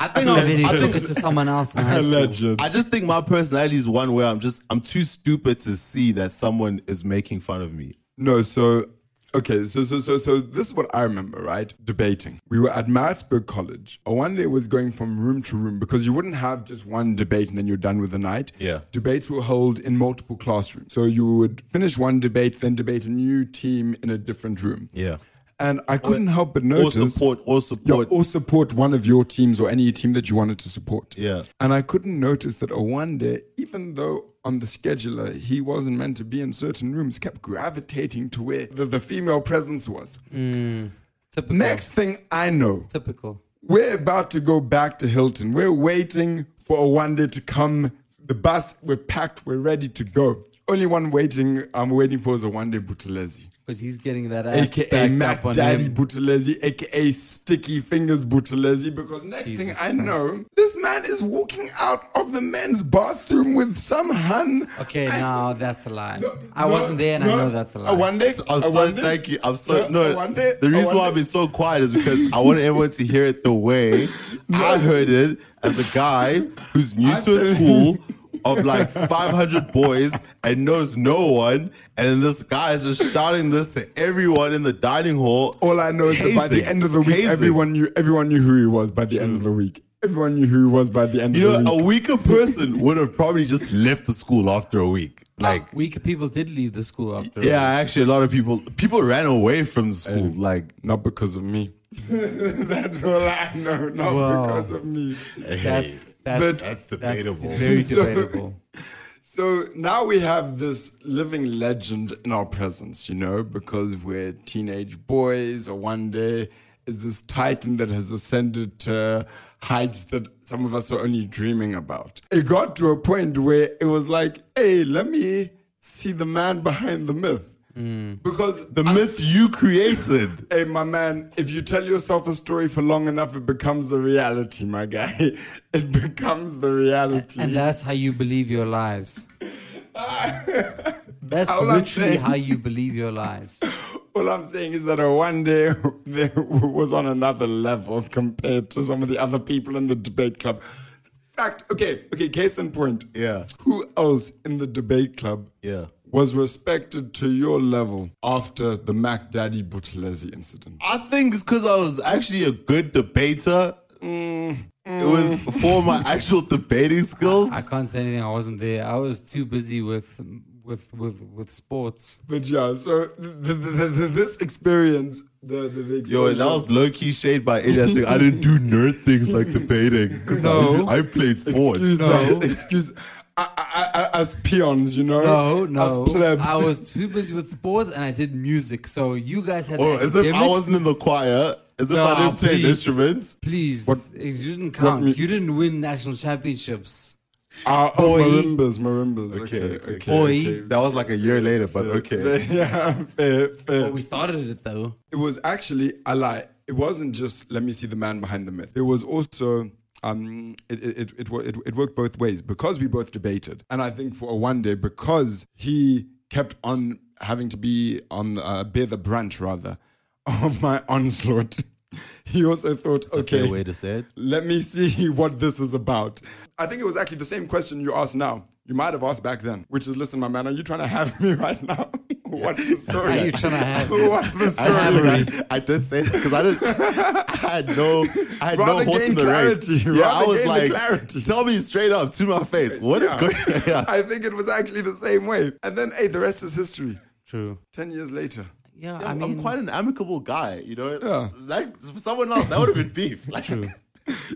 Speaker 1: I think
Speaker 2: And then he
Speaker 1: I
Speaker 2: took
Speaker 1: was. I
Speaker 2: it
Speaker 1: think,
Speaker 2: to someone else in high school.
Speaker 3: alleged.
Speaker 1: I just think my personality is one where I'm just I'm too stupid to see that someone is making fun of me.
Speaker 3: No, so okay, so so so so this is what I remember, right? Debating. We were at Maritzburg College. Uh, One day was going from room to room because you wouldn't have just one debate and then you're done with the night.
Speaker 1: Yeah.
Speaker 3: Debates were held in multiple classrooms. So you would finish one debate, then debate a new team in a different room.
Speaker 1: Yeah.
Speaker 3: And I couldn't help but
Speaker 1: Or
Speaker 3: notice
Speaker 1: support. Or
Speaker 3: yeah,
Speaker 1: support.
Speaker 3: or support one of your teams or any team that you wanted to support.
Speaker 1: Yeah.
Speaker 3: And I couldn't notice that Owande, even though on the scheduler he wasn't meant to be in certain rooms, kept gravitating to where the, the female presence was.
Speaker 2: Typical.
Speaker 3: Next thing I know,
Speaker 2: Typical.
Speaker 3: we're about to go back to Hilton. We're waiting for Owande to come. The bus, we're packed, we're ready to go. Only one waiting, I'm waiting for is Owande Butalezi
Speaker 2: Because he's getting that ass
Speaker 3: aka
Speaker 2: backed
Speaker 3: Mac
Speaker 2: up on
Speaker 3: Daddy
Speaker 2: him.
Speaker 3: Butalezi, aka Sticky Fingers Butalezi, because next thing
Speaker 2: Jesus
Speaker 3: I know, this man is walking out of the men's bathroom with some hun.
Speaker 2: Okay,
Speaker 3: I-
Speaker 2: now that's a lie.
Speaker 3: No,
Speaker 2: I
Speaker 3: no,
Speaker 2: wasn't there and I
Speaker 3: no.
Speaker 2: know that's a lie.
Speaker 3: Uh, one day,
Speaker 1: I'm
Speaker 3: uh,
Speaker 1: so
Speaker 3: one day-
Speaker 1: thank you. I'm so no.
Speaker 3: uh, one day-
Speaker 1: the
Speaker 3: uh,
Speaker 1: reason
Speaker 3: one
Speaker 1: why I've
Speaker 3: day-
Speaker 1: been so quiet is because I wanted everyone to hear it the way I heard it as a guy who's new
Speaker 3: I'm
Speaker 1: to a
Speaker 3: telling-
Speaker 1: school of like 500 boys and knows no one, and this guy is just shouting this to everyone in the dining hall.
Speaker 3: All I know is that by the
Speaker 1: Hazing.
Speaker 3: end of the week,
Speaker 1: Hazing.
Speaker 3: everyone knew everyone knew who he was. By the end of the week, everyone knew who he was. By the end
Speaker 1: You
Speaker 3: of the
Speaker 1: know,
Speaker 3: week,
Speaker 1: a weaker person would have probably just left the school after a week. Like,
Speaker 2: Weaker people did leave the school after.
Speaker 1: yeah, actually, a lot of people people ran away from the school. Like,
Speaker 3: not because of me. That's all I know. Not
Speaker 2: Wow.
Speaker 3: because of me.
Speaker 1: hey,
Speaker 2: That's, that's,
Speaker 3: But-
Speaker 1: That's debatable.
Speaker 2: very
Speaker 3: So-
Speaker 2: debatable.
Speaker 3: So So now we have this living legend in our presence, you know, because we're teenage boys, or one day is this titan that has ascended to heights that some of us were only dreaming about. It got to a point where it was like, hey, let me see the man behind the myth. Because
Speaker 1: The myth you created.
Speaker 3: Hey, my man, if you tell yourself a story for long enough, it becomes the reality, my guy. It becomes the reality.
Speaker 2: And that's how you believe your lies. That's
Speaker 3: All I'm
Speaker 2: literally
Speaker 3: saying-
Speaker 2: how you believe your lies.
Speaker 3: All I'm saying is that uh, one day there was on another level compared to some of the other people in the debate club. Fact, okay, okay, case in point.
Speaker 1: Yeah.
Speaker 3: Who else in the debate club
Speaker 1: Yeah.
Speaker 3: was respected to your level after the Mac Daddy Buthelezi incident?
Speaker 1: I think it's because I was actually a good debater. It was for
Speaker 3: Mm.
Speaker 1: my actual debating skills.
Speaker 2: I can't say anything. I wasn't there. I was too busy with with with with sports.
Speaker 3: But yeah, so th- th- th- th- this experience, the, the, the experience.
Speaker 1: Yo, that was low key shade by Ilya saying I didn't do nerd things like debating because
Speaker 3: No.
Speaker 1: I, I played sports.
Speaker 3: Excuse
Speaker 2: No.
Speaker 3: us, excuse. I, I, I, as peons, you know.
Speaker 2: No,
Speaker 3: As
Speaker 2: no.
Speaker 3: plebs.
Speaker 2: I was too busy with sports and I did music. So you guys had
Speaker 1: Or
Speaker 2: the
Speaker 1: Oh, as if I
Speaker 2: academics.
Speaker 1: wasn't in the choir, as if I
Speaker 2: Nah,
Speaker 1: didn't play an
Speaker 2: please.
Speaker 1: instrument.
Speaker 2: Please, it didn't count.
Speaker 3: mu-
Speaker 2: you didn't win national championships.
Speaker 3: Ah, oh,
Speaker 2: Oi.
Speaker 3: marimbas, marimbas. Okay, okay.
Speaker 1: Oi. That was like a year later, but okay.
Speaker 3: yeah, fair,
Speaker 2: But
Speaker 3: fair.
Speaker 2: we started it though.
Speaker 3: It was actually a lie. It wasn't just let me see the man behind the myth. It was also um, it, it, it, it, wo- it, it worked both ways because we both debated, and I think for a one day because he kept on having to be on the, uh, bear the brunt rather of my onslaught. He also thought, okay,
Speaker 1: Fair way to say it.
Speaker 3: let me see what this is about. I think it was actually the same question you asked now. You might have asked back then, which is, listen, my man, are you trying to have me right now? What's the story?
Speaker 2: Are you trying to have me?
Speaker 3: What's the
Speaker 1: I,
Speaker 3: story?
Speaker 1: I- I did say that because I didn't. I had no. I had
Speaker 3: Rather
Speaker 1: no horse
Speaker 3: gain
Speaker 1: in the
Speaker 3: clarity,
Speaker 1: race.
Speaker 3: rather
Speaker 1: Yeah, I was
Speaker 3: gain the
Speaker 1: like,
Speaker 3: clarity.
Speaker 1: tell me straight up to my face, what is
Speaker 3: Yeah.
Speaker 1: going? on? Yeah.
Speaker 3: I think it was actually the same way. And then, hey, the rest is history.
Speaker 2: True.
Speaker 3: Ten years later.
Speaker 2: Yeah,
Speaker 1: Yeah,
Speaker 2: I
Speaker 1: I'm,
Speaker 2: mean,
Speaker 1: I'm quite an amicable guy, you know.
Speaker 3: Yeah.
Speaker 1: Like for someone else, that would have been beef. Like,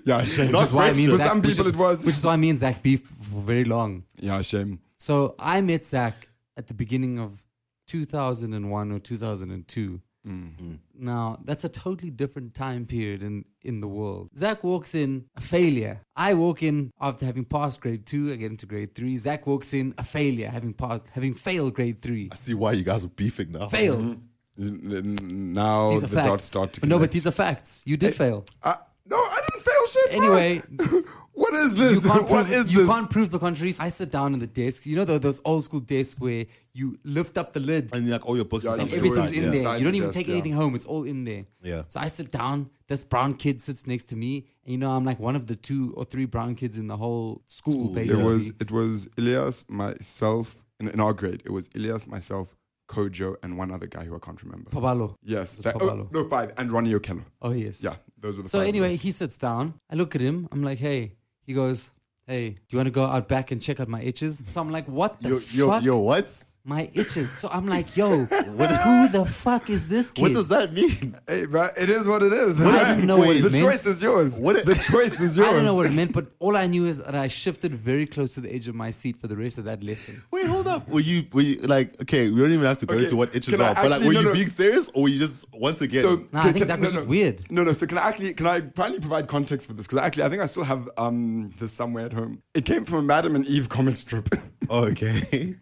Speaker 3: Yeah, shame.
Speaker 1: Not
Speaker 2: That's why I
Speaker 1: friendship.
Speaker 2: mean
Speaker 3: For
Speaker 2: Zach-
Speaker 3: some
Speaker 2: which is-
Speaker 3: people, it was.
Speaker 2: Which is why I mean Zach Beef for very long.
Speaker 3: yeah, shame.
Speaker 2: So I met Zach at the beginning of 2001 or 2002.
Speaker 3: Mm-hmm.
Speaker 2: Now, that's a totally different time period in, in the world. Zach walks in a failure. I walk in after having passed grade two, I get into grade three. Zach walks in a failure, having passed, having failed grade three.
Speaker 3: Mm-hmm.
Speaker 1: I see why you guys were beefing now.
Speaker 2: Failed.
Speaker 3: Now
Speaker 2: These are
Speaker 3: Oh, the
Speaker 2: facts.
Speaker 3: dots start to
Speaker 2: but no, but
Speaker 3: connect.
Speaker 2: these are facts. You did fail.
Speaker 3: Uh, no, I didn't fail shit. bro.
Speaker 2: Anyway,
Speaker 3: what is
Speaker 2: you
Speaker 3: this?
Speaker 2: can't
Speaker 3: What
Speaker 2: prove,
Speaker 3: is
Speaker 2: you
Speaker 3: this?
Speaker 2: can't prove the contrary. I sit down in the desk. You know tho- those old school desks where you lift up the lid
Speaker 1: And like all your books
Speaker 3: Yeah,
Speaker 1: and
Speaker 3: you
Speaker 1: stuff.
Speaker 3: sure
Speaker 2: Everything's
Speaker 3: right,
Speaker 2: in
Speaker 3: yeah.
Speaker 2: there.
Speaker 3: Inside
Speaker 2: You don't
Speaker 3: the
Speaker 2: even
Speaker 3: desk,
Speaker 2: take
Speaker 3: yeah.
Speaker 2: anything home. It's all in there.
Speaker 1: Yeah.
Speaker 2: So I sit down. This brown kid sits next to me. And you know, I'm like one of the two or three brown kids in the whole school,
Speaker 1: School, yeah.
Speaker 3: It
Speaker 2: basically.
Speaker 3: was it was Ilias, myself, in, in our grade. It was Ilias, myself, Kojo, and one other guy who I can't remember.
Speaker 2: Pabalo.
Speaker 3: yes,
Speaker 2: was
Speaker 3: that- oh,
Speaker 2: Pablo.
Speaker 3: no five, and Ronnie Okello.
Speaker 2: Oh, yes.
Speaker 3: Yeah, those were the.
Speaker 2: So
Speaker 3: five of
Speaker 2: anyway,
Speaker 3: us.
Speaker 2: he sits down. I look at him. I'm like, hey. He goes, hey, do you want to go out back and check out my itches? So I'm like, what the
Speaker 1: Yo, yo,
Speaker 2: fuck?
Speaker 1: yo, what?
Speaker 2: My itches. So I'm like, yo, who the fuck is this kid?
Speaker 1: What does that mean?
Speaker 3: hey, but it is what it is.
Speaker 2: I didn't know what
Speaker 3: the
Speaker 2: it meant.
Speaker 3: choice is yours.
Speaker 1: What it-
Speaker 3: the choice is yours.
Speaker 2: I don't know what it meant, but all I knew is that I shifted very close to the edge of my seat for the rest of that lesson.
Speaker 1: Wait, hold up. Were you, were you like, okay, we don't even have to go
Speaker 3: Okay,
Speaker 1: into what itches
Speaker 3: can I
Speaker 1: are, but like,
Speaker 3: actually-
Speaker 1: were
Speaker 3: no,
Speaker 1: you
Speaker 3: no.
Speaker 1: being serious or were you just, once again,
Speaker 3: So
Speaker 2: Nah, I think that was just weird.
Speaker 3: No, no. So can I actually can I finally provide context for this? Because actually, I think I still have um this somewhere at home. It came from a Madam and Eve comic strip.
Speaker 1: okay.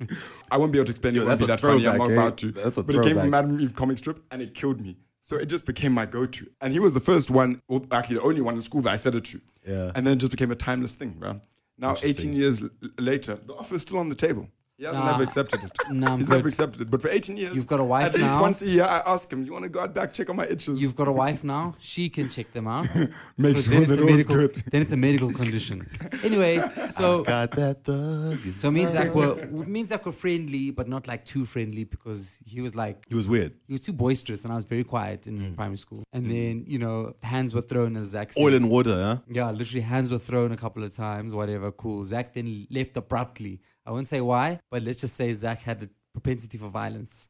Speaker 3: I won't be able to explain
Speaker 1: Yo,
Speaker 3: it. Won't be that
Speaker 1: that's a
Speaker 3: funny. I'm
Speaker 1: throwback,
Speaker 3: not
Speaker 1: eh?
Speaker 3: about to.
Speaker 1: That's a
Speaker 3: but it came
Speaker 1: throwback.
Speaker 3: from Madam Eve comic strip, and it killed me. So it just became my go-to. And he was the first one, well, actually the only one in school that I said it to.
Speaker 1: Yeah.
Speaker 3: And then it just became a timeless thing, bro. Now, 18 years l- later, the offer is still on the table. He hasn't
Speaker 2: Nah.
Speaker 3: ever accepted it.
Speaker 2: Nah, I'm
Speaker 3: He's
Speaker 2: good.
Speaker 3: never accepted it. But for 18 years,
Speaker 2: You've got a wife
Speaker 3: At least
Speaker 2: now?
Speaker 3: once a year, I ask him, "You want to go out back check on my itches?"
Speaker 2: You've got a wife now. She can check them out.
Speaker 3: Make
Speaker 2: But
Speaker 3: sure
Speaker 2: then, it's
Speaker 3: that
Speaker 2: a
Speaker 3: it was
Speaker 2: medical,
Speaker 3: good. Oh,
Speaker 2: then it's a medical condition. Anyway, so
Speaker 1: Got that thug.
Speaker 2: so me and Zach were me and Zach were friendly, but not like too friendly because he was like
Speaker 1: It was weird.
Speaker 2: he was too boisterous, and I was very quiet in
Speaker 3: Mm.
Speaker 2: primary school. And then you know hands were thrown as Zach. said.
Speaker 1: Oil and water, huh?
Speaker 2: Yeah, literally hands were thrown a couple of times. Whatever, cool. Zach then left abruptly. I won't say why, but let's just say Zach had a propensity for violence.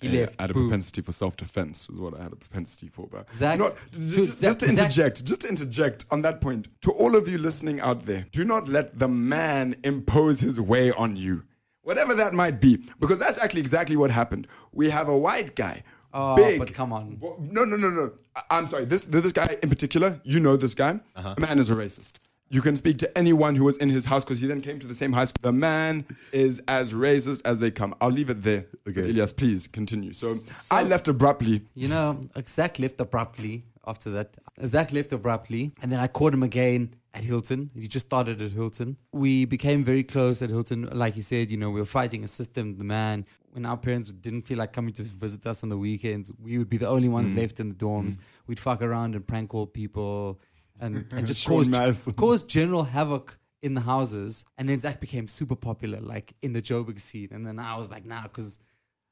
Speaker 2: He
Speaker 3: Yeah,
Speaker 2: left.
Speaker 3: I had a
Speaker 2: Boom.
Speaker 3: propensity for self defense, is what I had a propensity for. But
Speaker 2: Zach-
Speaker 3: not,
Speaker 2: to-
Speaker 3: just,
Speaker 2: Zach-
Speaker 3: just to
Speaker 2: Zach-
Speaker 3: interject, just to interject on that point, to all of you listening out there, do not let the man impose his way on you, whatever that might be, because that's actually exactly what happened. We have a white guy.
Speaker 2: Oh,
Speaker 3: big.
Speaker 2: but come on.
Speaker 3: Well, No, no, no, no. I- I'm sorry. This this guy in particular, you know this guy. The man is a racist. You can speak to anyone who was in his house because he then came to the same high school. The man is as racist as they come. I'll leave it there.
Speaker 1: Okay.
Speaker 3: Elias, please continue. So, I left abruptly.
Speaker 2: You know, Zach left abruptly after that. Zach left abruptly, and then I caught him again at Hilton. He just started at Hilton. We became very close at Hilton. Like he said, you know, we were fighting a system, the man. When our parents didn't feel like coming to visit us on the weekends, we would be the only
Speaker 3: Mm.
Speaker 2: ones left in the dorms. We'd fuck around and prank call people and, and just
Speaker 3: Sean
Speaker 2: cause,
Speaker 3: Madison.
Speaker 2: cause general havoc in the houses. And then Zach became super popular, like in the Joburg scene. And then I was like, nah, because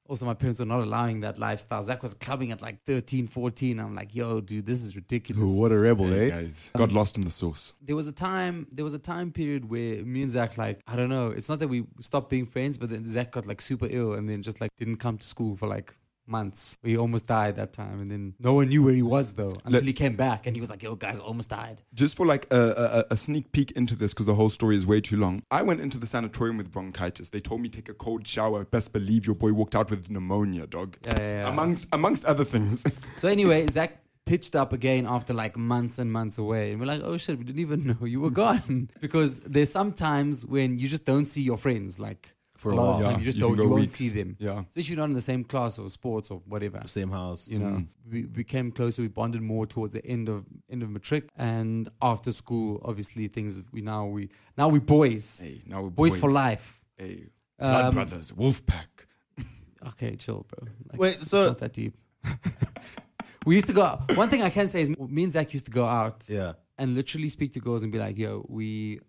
Speaker 2: also my parents were not allowing that lifestyle. Zach was clubbing at like 13, 14. I'm like, yo, dude, this is ridiculous.
Speaker 1: What a rebel,
Speaker 3: Hey,
Speaker 1: eh?
Speaker 3: guys, got lost in the sauce.
Speaker 2: There was a time, there was a time period where me and Zach, like, I don't know, it's not that we stopped being friends, but then Zach got like super ill and then just like didn't come to school for like months. He almost died that time. And then no one knew where he was though until
Speaker 3: Let-
Speaker 2: he came back and he was like, yo, guys, I almost died.
Speaker 3: Just for like a, a, a sneak peek into this because the whole story is way too long. I went into the sanatorium with bronchitis. They told me take a cold shower. Best believe your boy walked out with pneumonia, dog.
Speaker 2: Yeah, yeah, yeah.
Speaker 3: Amongst amongst other things.
Speaker 2: So anyway, Zach pitched up again after like months and months away, and we're like, "Oh shit, we didn't even know you were gone." because there's some times when you just don't see your friends, like
Speaker 1: For a
Speaker 2: lot
Speaker 1: while.
Speaker 2: of time,
Speaker 3: Yeah,
Speaker 2: Oh, you just
Speaker 3: you
Speaker 2: don't,
Speaker 3: can go
Speaker 2: you won't
Speaker 3: weeks.
Speaker 2: see them,
Speaker 3: yeah.
Speaker 2: especially if you're not in the same class or sports or whatever.
Speaker 1: Same house.
Speaker 2: You know, we we became closer. We bonded more towards the end of end of matric and after school. Obviously, things we now we now we boys,
Speaker 3: Hey, now we're
Speaker 2: boys, for life.
Speaker 3: Hey, Blood
Speaker 2: Um,
Speaker 3: Brothers, Wolfpack.
Speaker 2: Okay, chill, bro. Like,
Speaker 1: Wait,
Speaker 2: it's
Speaker 1: so-
Speaker 2: not that deep. we used to go. One thing I can say is me and Zach used to go out
Speaker 1: Yeah.
Speaker 2: and literally speak to girls and be like, "Yo, we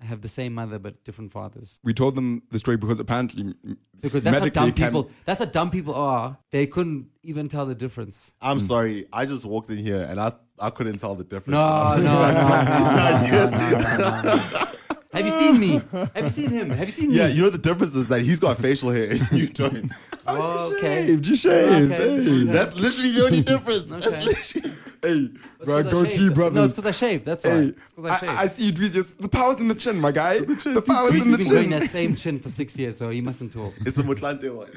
Speaker 2: have the same mother but different fathers,"
Speaker 3: We told them the story because apparently, m-
Speaker 2: because that's how
Speaker 3: medically
Speaker 2: dumb
Speaker 3: it can-
Speaker 2: people. That's how dumb people are. They couldn't even tell the difference.
Speaker 1: I'm sorry. I just walked in here and I I couldn't tell the difference.
Speaker 2: No, no, no, no, no, no, no, no, no. Have you seen me? Have you seen him? Have you seen
Speaker 1: Yeah,
Speaker 2: me?
Speaker 1: you know the difference is that he's got facial hair and you don't.
Speaker 2: Oh, okay.
Speaker 3: shaved, you shaved.
Speaker 2: Okay.
Speaker 3: Hey,
Speaker 1: That's literally the only difference. That's
Speaker 2: Okay.
Speaker 1: literally.
Speaker 3: hey, bro,
Speaker 2: It's 'cause I
Speaker 3: goatee
Speaker 2: shaved. No, it's
Speaker 3: brothers.
Speaker 2: because I shaved. That's why.
Speaker 3: Hey,
Speaker 2: It's 'cause I
Speaker 3: I,
Speaker 2: shaved.
Speaker 3: I see you, Dweezius. The power's in the chin, my guy. The power's
Speaker 2: He's
Speaker 3: in the
Speaker 2: been wearing that
Speaker 3: chin.
Speaker 2: same chin for six years, so he mustn't talk.
Speaker 1: It's the Mutlante one.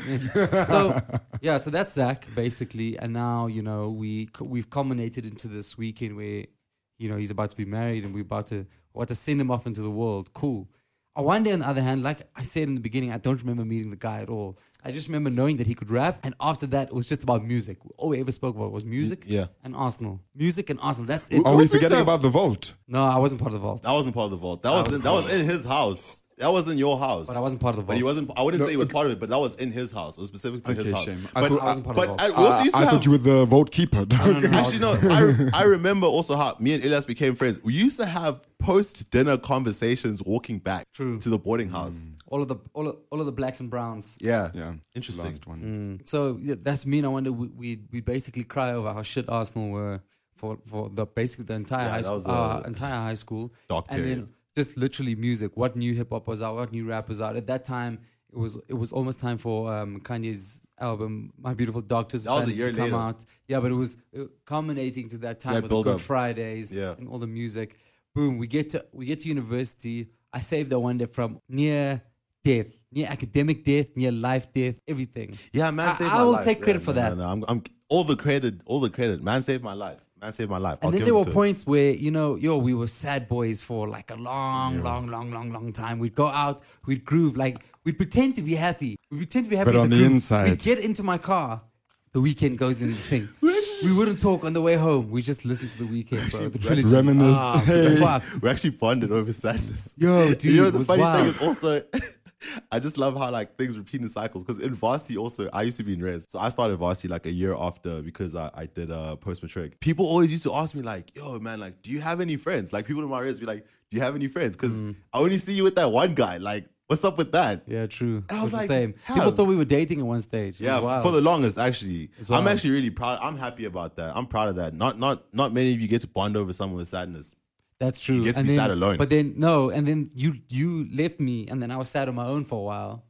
Speaker 2: so yeah, so that's Zach basically, and now you know we we've culminated into this weekend where you know he's about to be married and we're about to want to send him off into the world. Cool. I wonder, on the other hand, like I said in the beginning, I don't remember meeting the guy at all. I just remember knowing that he could rap, and after that, it was just about music. All we ever spoke about was music,
Speaker 1: Yeah.
Speaker 2: and Arsenal, music and Arsenal. That's it.
Speaker 3: Are we
Speaker 1: What's this
Speaker 3: forgetting
Speaker 1: up?
Speaker 3: about the vault?
Speaker 2: No, I wasn't part of the vault,
Speaker 1: That wasn't part of the vault. That, was, in, that was in his house. That was in your house.
Speaker 2: but I wasn't part of the vault.
Speaker 1: But he wasn't. I wouldn't say he was part of it, but that was in his house. It was specific to his
Speaker 3: Okay,
Speaker 1: house.
Speaker 3: shame. I
Speaker 1: But,
Speaker 3: thought- I
Speaker 2: wasn't part
Speaker 1: but
Speaker 2: of the
Speaker 1: I
Speaker 2: vault.
Speaker 1: also
Speaker 3: Uh,
Speaker 1: used to
Speaker 3: I
Speaker 1: have.
Speaker 3: thought you were the vault keeper. dog.
Speaker 2: no, no.
Speaker 1: Actually, no. I, I remember also how me and Elias became friends. We used to have post dinner conversations walking back
Speaker 2: True.
Speaker 1: to the boarding house.
Speaker 2: all of the all of, all of the blacks and browns.
Speaker 1: Mm. Yeah.
Speaker 3: Yeah,
Speaker 1: Interesting.
Speaker 3: Last
Speaker 2: Mm.
Speaker 3: one.
Speaker 2: So yeah, that's me. And I wonder we we we basically cry over how shit Arsenal were for for the basically the entire
Speaker 1: Yeah,
Speaker 2: high
Speaker 1: that was
Speaker 2: school, uh,
Speaker 1: a
Speaker 2: entire high school,
Speaker 1: dark
Speaker 2: and
Speaker 1: period.
Speaker 2: then just literally music. What new hip hop was out? What new rap was out? At that time, it was it was almost time for um, Kanye's album "My Beautiful Doctors"
Speaker 1: That was a
Speaker 2: Fantasy
Speaker 1: year
Speaker 2: to come
Speaker 1: later.
Speaker 2: out. Yeah, but it was uh, culminating to that time
Speaker 1: that
Speaker 2: with the Good
Speaker 1: build-up.
Speaker 2: Fridays
Speaker 1: Yeah.
Speaker 2: and all the music. Boom, we get to we get to university. I saved that one day from near death, near academic death, near life death, everything.
Speaker 1: Yeah, man
Speaker 2: I-
Speaker 1: saved
Speaker 2: I
Speaker 1: my
Speaker 2: will
Speaker 1: life.
Speaker 2: take credit
Speaker 1: Yeah,
Speaker 2: for
Speaker 1: no,
Speaker 2: that.
Speaker 1: No, no, I'm, I'm all the credit, all the credit. Man saved my life. Man saved my life. I'll
Speaker 2: And then
Speaker 1: give
Speaker 2: there
Speaker 1: it
Speaker 2: were
Speaker 1: to him.
Speaker 2: points where, you know, yo, we were sad boys for like a long, long, long, long, long time. We'd go out, we'd groove, like we'd pretend to be happy. We'd pretend to be happy.
Speaker 3: But
Speaker 2: in
Speaker 3: on the
Speaker 2: groove.
Speaker 3: inside-
Speaker 2: We'd get into my car, the weekend goes in the thing. we wouldn't talk on the way home. We just listened to the weekend, bro. The trilogy.
Speaker 3: Reminisce.
Speaker 2: Ah, fuck.
Speaker 1: we actually bonded over sadness.
Speaker 2: Yo, dude,
Speaker 1: you know
Speaker 2: it
Speaker 1: the
Speaker 2: was
Speaker 1: funny thing
Speaker 2: wild.
Speaker 1: is also, I just love how like things repeat in cycles. Because in varsity also, I used to be in res, so I started varsity like a year after because I, I did uh, post matric. People always used to ask me like, "Yo, man, like, do you have any friends?" Like people in my res be like, "Do you have any friends?" Because I only see you with that one guy. Like, what's up with that?
Speaker 2: Mm. Yeah, true.
Speaker 1: I
Speaker 2: it
Speaker 1: was
Speaker 2: was
Speaker 1: like,
Speaker 2: the same.
Speaker 1: how?
Speaker 2: People thought we were dating at one stage. It
Speaker 1: Yeah,
Speaker 2: was wild.
Speaker 1: for the longest, actually, I'm
Speaker 2: wild.
Speaker 1: actually really proud. I'm happy about that. I'm proud of that. Not not not many of you get to bond over someone with sadness.
Speaker 2: That's true.
Speaker 1: gets
Speaker 2: and
Speaker 1: me
Speaker 2: then,
Speaker 1: sad alone.
Speaker 2: But then no, and then you you left me, and then I was sad on my own for a while.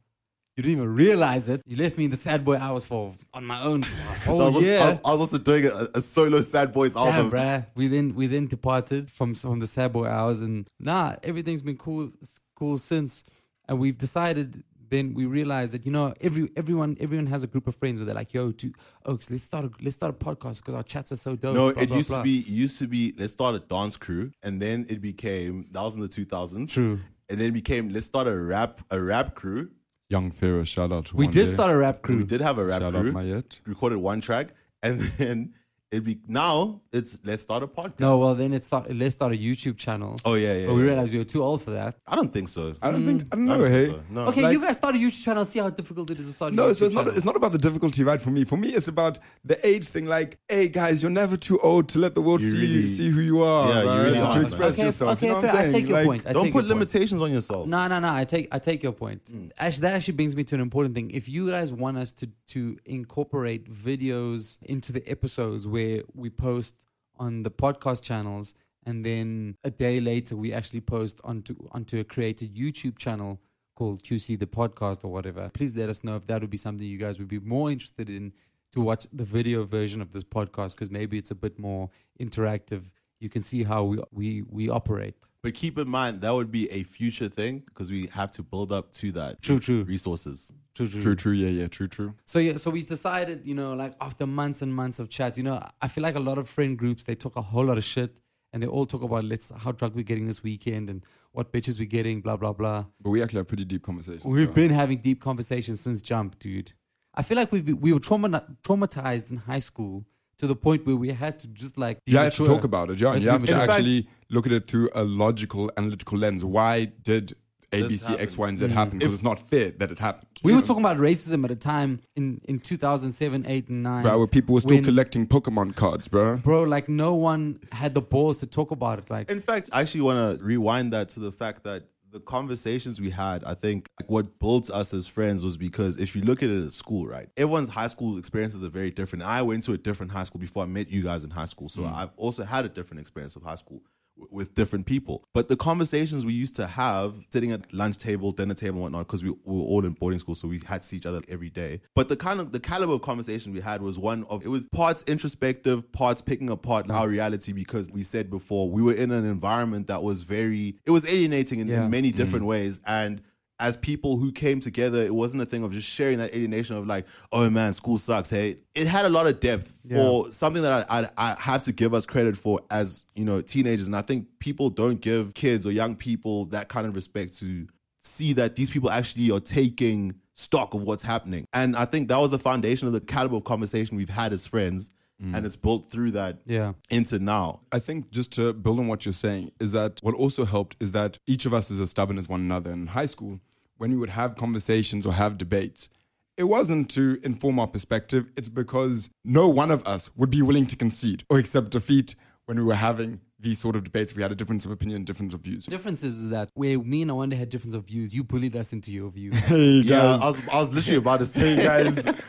Speaker 2: You didn't even realize it. You left me in the sad boy hours for on my own.
Speaker 1: So I,
Speaker 2: Oh
Speaker 1: was, I, was,
Speaker 2: yeah.
Speaker 1: I was also doing a, a solo Sad Boys
Speaker 2: Damn,
Speaker 1: album.
Speaker 2: bruh. We then we then departed from from the sad boy hours, and nah, everything's been cool cool since. And we've decided. Then we realized that you know every everyone everyone has a group of friends where they're like, "Yo, to Oaks, let's start a, let's start a podcast because our chats are so dope."
Speaker 1: No,
Speaker 2: blah,
Speaker 1: it
Speaker 2: blah,
Speaker 1: used
Speaker 2: blah."
Speaker 1: to be it used to be let's start a dance crew, and then it became that was in the two thousands.
Speaker 2: True.
Speaker 1: and then it became let's start a rap a rap crew.
Speaker 3: Young Pharaoh, shout out. to
Speaker 2: We
Speaker 3: one
Speaker 2: did
Speaker 3: day.
Speaker 2: start a rap crew.
Speaker 1: We did have a rap
Speaker 3: Shout out
Speaker 1: crew.
Speaker 3: Mayet.
Speaker 1: recorded one track, and then it be now it's let's start a podcast.
Speaker 2: No, well then it start let's start a YouTube channel.
Speaker 1: oh yeah, yeah.
Speaker 2: but we
Speaker 1: yeah.
Speaker 2: realized we were too old for that.
Speaker 1: I don't think so.
Speaker 3: I don't think I don't
Speaker 1: I
Speaker 3: know.
Speaker 1: don't
Speaker 3: hey,
Speaker 1: think so. No.
Speaker 2: Okay,
Speaker 3: Oh, Like-
Speaker 2: you guys start a YouTube channel. See how difficult it is to start. A
Speaker 3: No,
Speaker 2: YouTube
Speaker 3: so it's not,
Speaker 2: channel.
Speaker 3: it's not about the difficulty, right? For me, for me, it's about the age thing. Like, hey, guys, you're never too old to let the world
Speaker 1: You
Speaker 3: see
Speaker 1: really-
Speaker 3: see who you are,
Speaker 1: Yeah, you
Speaker 3: right?
Speaker 1: really
Speaker 3: to,
Speaker 1: are, man.
Speaker 3: express
Speaker 1: Okay,
Speaker 3: yourself.
Speaker 2: okay,
Speaker 3: you know what
Speaker 2: fair.
Speaker 3: I'm
Speaker 2: I
Speaker 3: saying?
Speaker 2: take your
Speaker 3: Like,
Speaker 2: point. I
Speaker 1: don't
Speaker 2: take
Speaker 1: put
Speaker 2: your point.
Speaker 1: limitations on yourself.
Speaker 2: No, no, no. I take I take your point.
Speaker 3: Mm.
Speaker 2: Actually, that actually brings me to an important thing. If you guys want us to to incorporate videos into the episodes where we post on the podcast channels, and then a day later we actually post onto onto a created YouTube channel called QC the podcast or whatever, please let us know if that would be something you guys would be more interested in to watch the video version of this podcast because maybe it's a bit more interactive. You can see how we we we operate.
Speaker 1: But keep in mind that would be a future thing because we have to build up to that.
Speaker 2: True, true.
Speaker 1: Resources.
Speaker 3: True, true, yeah, yeah, true, true.
Speaker 2: So yeah, so we decided, you know, like after months and months of chats, you know, I feel like a lot of friend groups they talk a whole lot of shit and they all talk about let's how drunk we're getting this weekend and what bitches we're getting, blah blah blah.
Speaker 3: But we actually have pretty deep conversations.
Speaker 2: We've
Speaker 3: bro.
Speaker 2: been having deep conversations since jump, dude. I feel like we've been, we were trauma- traumatized in high school to the point where we had to just like be
Speaker 3: You have to
Speaker 2: mature.
Speaker 3: talk about it. Yeah,
Speaker 2: Let's
Speaker 3: you have
Speaker 2: be
Speaker 3: to
Speaker 2: mature.
Speaker 1: In fact-
Speaker 3: actually look at it through a logical, analytical lens. Why did A,
Speaker 1: This
Speaker 3: B, C,
Speaker 1: happened.
Speaker 3: X, Y, and Z happen? Because it's not fair that it happened.
Speaker 2: We
Speaker 3: you
Speaker 2: were
Speaker 3: know?
Speaker 2: talking about racism at a time in in 2007, 8 and 9.
Speaker 3: Bro, where people were still
Speaker 2: when-
Speaker 3: collecting Pokemon cards, bro.
Speaker 2: Bro, like no one had the balls to talk about it like
Speaker 1: In fact, I actually want to rewind that to the fact that the conversations we had, I think like, what built us as friends was because if you look at it at school, right? Everyone's high school experiences are very different. I went to a different high school before I met you guys in high school. So I've also had a different experience of high school w- with different people. But the conversations we used to have sitting at lunch table, dinner table and whatnot, because we, we were all in boarding school, so we had to see each other every day. But the kind of the caliber of conversation we had was one of it was parts introspective, parts picking apart our reality because we said before we were in an environment that was very it was alienating in,
Speaker 2: Yeah.
Speaker 1: in many different ways. And as people who came together, it wasn't a thing of just sharing that alienation of like, oh man, school sucks. Hey, it had a lot of depth for something that I, I, I have to give us credit for as you know teenagers, and I think people don't give kids or young people that kind of respect to see that these people actually are taking stock of what's happening. And I think that was the foundation of the caliber of conversation we've had as friends, and it's built through that
Speaker 2: yeah.
Speaker 1: into now.
Speaker 3: I think just to build on what you're saying is that what also helped is that each of us is as stubborn as one another. In high school, when we would have conversations or have debates, it wasn't to inform our perspective. It's because no one of us would be willing to concede or accept defeat when we were having these sort of debates. We had a difference of opinion, difference of views.
Speaker 2: difference is that where me and Awanda had difference of views, you bullied us into your view.
Speaker 3: Hey
Speaker 1: Yeah,
Speaker 3: guys,
Speaker 1: I was, I was literally about to say,
Speaker 3: hey guys.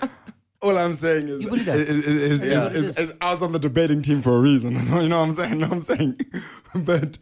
Speaker 3: All I'm saying is,
Speaker 2: You believe
Speaker 3: is,
Speaker 2: that?
Speaker 3: is, is,
Speaker 2: Yeah.
Speaker 3: is- is- is I was on the debating team for a reason. you know what I'm saying? You know what I'm saying? but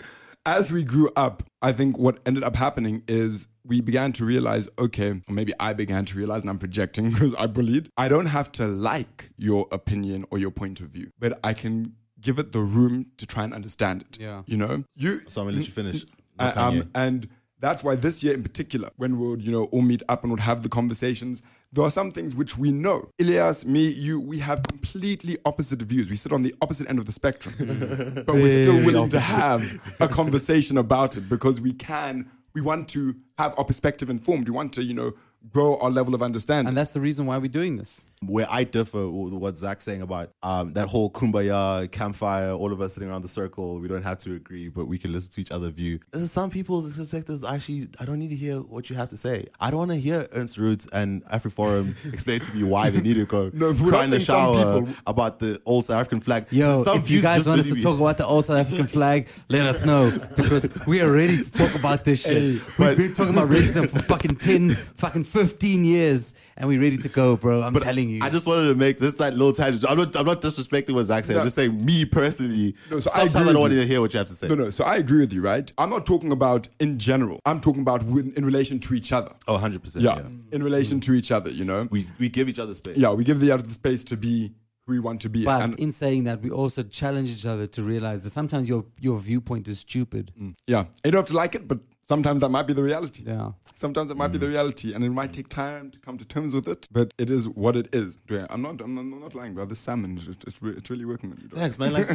Speaker 3: as we grew up, I think what ended up happening is we began to realize, okay, or maybe I began to realize, and I'm projecting because I bullied, I don't have to like your opinion or your point of view, but I can give it the room to try and understand it.
Speaker 2: Yeah.
Speaker 3: You know? You
Speaker 1: so I'm gonna let you finish.
Speaker 3: I-
Speaker 1: No, Kanye.
Speaker 3: um, and that's why this year in particular, when we would, you know, all meet up and would have the conversations, there are some things which we know. Ilias, me, you, we have completely opposite views. We sit on the opposite end of the spectrum. but we're still willing to have a conversation about it because we can, we want to have our perspective informed. We want to, you know, grow our level of understanding.
Speaker 2: and that's the reason why we're doing this.
Speaker 1: where I differ with what Zach's saying about um, that whole kumbaya campfire, all of us sitting around the circle, we don't have to agree, but we can listen to each other view. There's some people's perspectives, actually, I don't need to hear what you have to say. I don't want to hear Ernst Roots and AfriForum explain to me why they need to go
Speaker 3: No, but
Speaker 1: cry in the
Speaker 3: I think some
Speaker 1: shower
Speaker 3: people-
Speaker 1: about the old South African flag.
Speaker 2: Yo,
Speaker 1: some
Speaker 2: if you
Speaker 1: views
Speaker 2: guys
Speaker 1: just
Speaker 2: want us
Speaker 1: believe
Speaker 2: to
Speaker 1: me.
Speaker 2: talk about the old South African flag, let us know because we are ready to talk about this shit. We've been talking about racism for fucking 10, fucking 15 years and we're ready to go, bro. I'm telling you.
Speaker 1: I just wanted to make this that little tangent. I'm not, I'm not disrespecting what Zach said.
Speaker 3: No.
Speaker 1: I'm just saying me personally.
Speaker 3: No, so I
Speaker 1: sometimes I,
Speaker 3: agree
Speaker 1: don't
Speaker 3: with
Speaker 1: want
Speaker 3: you.
Speaker 1: to hear what you have to say.
Speaker 3: No, no. So I agree with you, right? I'm not talking about in general. I'm talking about when, in relation to each other.
Speaker 1: Oh, 100 percent.
Speaker 3: Yeah,
Speaker 1: Yeah.
Speaker 3: in relation to each other, you know.
Speaker 1: We we give each other space.
Speaker 3: Yeah, we give the other the space to be who we want to be.
Speaker 2: but
Speaker 3: and
Speaker 2: in saying that, we also challenge each other to realize that sometimes your your viewpoint is stupid.
Speaker 3: yeah, you don't have to like it, but sometimes that might be the reality.
Speaker 2: Yeah. Mm.
Speaker 3: Sometimes that might be the reality, and it might take time to come to terms with it. But it is what it is. Dwayne, I'm not. I'm, I'm not lying, bro. This salmon, is- it's, re- it's really working. on me, dog.
Speaker 1: Thanks, man. Like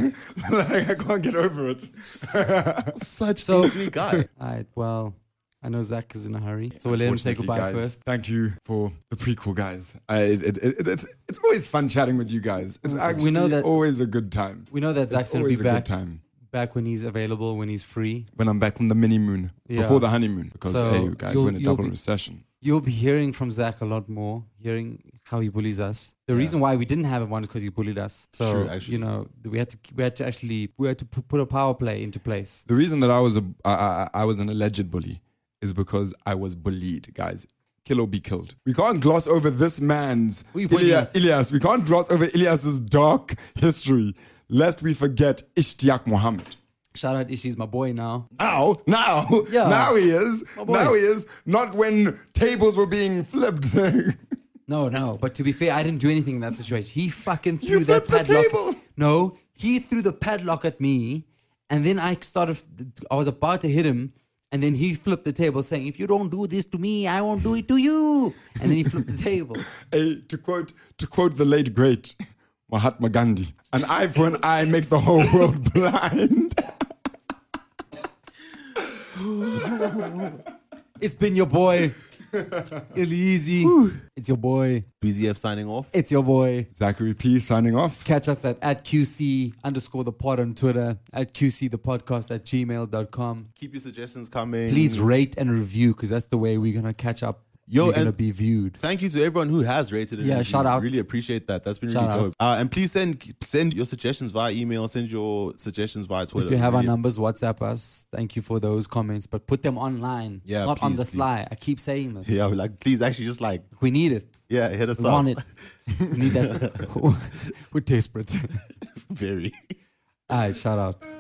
Speaker 3: like, I can't get over it.
Speaker 1: such
Speaker 2: So-
Speaker 1: a sweet guy.
Speaker 2: All right. Well, I know Zach is in a hurry, so we'll let him say
Speaker 3: Unfortunately,
Speaker 2: goodbye
Speaker 3: guys,
Speaker 2: first.
Speaker 3: Thank you for the prequel, guys. I, it, it, it, it's, it's always fun chatting with you guys. It's
Speaker 2: We
Speaker 3: actually
Speaker 2: know that-
Speaker 3: always a good time.
Speaker 2: We know that Zach's
Speaker 3: It's
Speaker 2: going to be
Speaker 3: always a
Speaker 2: back
Speaker 3: good time
Speaker 2: back when he's available, when he's free.
Speaker 3: when I'm back from the mini moon
Speaker 2: Yeah.
Speaker 3: before the honeymoon because
Speaker 2: So
Speaker 3: hey, you guys,
Speaker 2: you'll-
Speaker 3: we're in a
Speaker 2: you'll
Speaker 3: double
Speaker 2: be-
Speaker 3: recession.
Speaker 2: You'll be hearing from Zach a lot more, hearing how he bullies us. The
Speaker 1: Yeah.
Speaker 2: reason why we didn't have him one is because he bullied us. So
Speaker 1: True, actually.
Speaker 2: you know we had to we had to actually we had to pu- put a power play into place.
Speaker 3: The reason that I was a I, I, I was an alleged bully is because I was bullied, guys. Kill or be killed. We can't gloss over this man's
Speaker 2: Who you pointing
Speaker 3: Ilya-
Speaker 2: at?
Speaker 3: Ilyas. We can't gloss over Ilyas's dark history, lest we forget Ishtiak Muhammad.
Speaker 2: Shout out Ishi's my boy now.
Speaker 3: Now, now,
Speaker 2: Yeah.
Speaker 3: now he is.
Speaker 2: My boy.
Speaker 3: now he is. Not when tables were being flipped.
Speaker 2: No, no, but to be fair, I didn't do anything in that situation. He fucking threw
Speaker 3: You
Speaker 2: that
Speaker 3: flipped the
Speaker 2: padlock.
Speaker 3: table.
Speaker 2: No, he threw the padlock at me, and then I started. I was about to hit him, and then he flipped the table, saying, "If you don't do this to me, I won't do it to you." And then he flipped the table.
Speaker 3: A, to quote, to quote the late great Mahatma Gandhi, an eye for an eye makes the whole world blind.
Speaker 2: It's been your boy, Elise. It's your boy.
Speaker 1: BZF signing off.
Speaker 2: It's your boy.
Speaker 3: Zachary P signing off.
Speaker 2: Catch us at, at QC underscore the pod on Twitter, at QC the podcast at gmail.com.
Speaker 1: Keep your suggestions coming.
Speaker 2: Please rate and review because that's the way we're going to catch up.
Speaker 1: Mm. Yo,
Speaker 2: You're going to
Speaker 1: and-
Speaker 2: be viewed.
Speaker 1: Thank you to everyone who has rated it.
Speaker 2: Yeah, shout out.
Speaker 1: Really appreciate that. That's been
Speaker 2: Shout
Speaker 1: really
Speaker 2: out.
Speaker 1: dope. Uh, and please send send your suggestions via email. Send your suggestions via Twitter.
Speaker 2: If you have our
Speaker 1: Really-
Speaker 2: numbers, WhatsApp us. Thank you for those comments, but put them online,
Speaker 1: Yeah,
Speaker 2: not on
Speaker 1: please,
Speaker 2: the
Speaker 1: please.
Speaker 2: sly. I keep saying this.
Speaker 1: yeah, like please actually just like
Speaker 2: We need it.
Speaker 1: yeah, hit us
Speaker 2: We
Speaker 1: up.
Speaker 2: want it. We need that. We're desperate.
Speaker 1: Very.
Speaker 2: All right, shout out.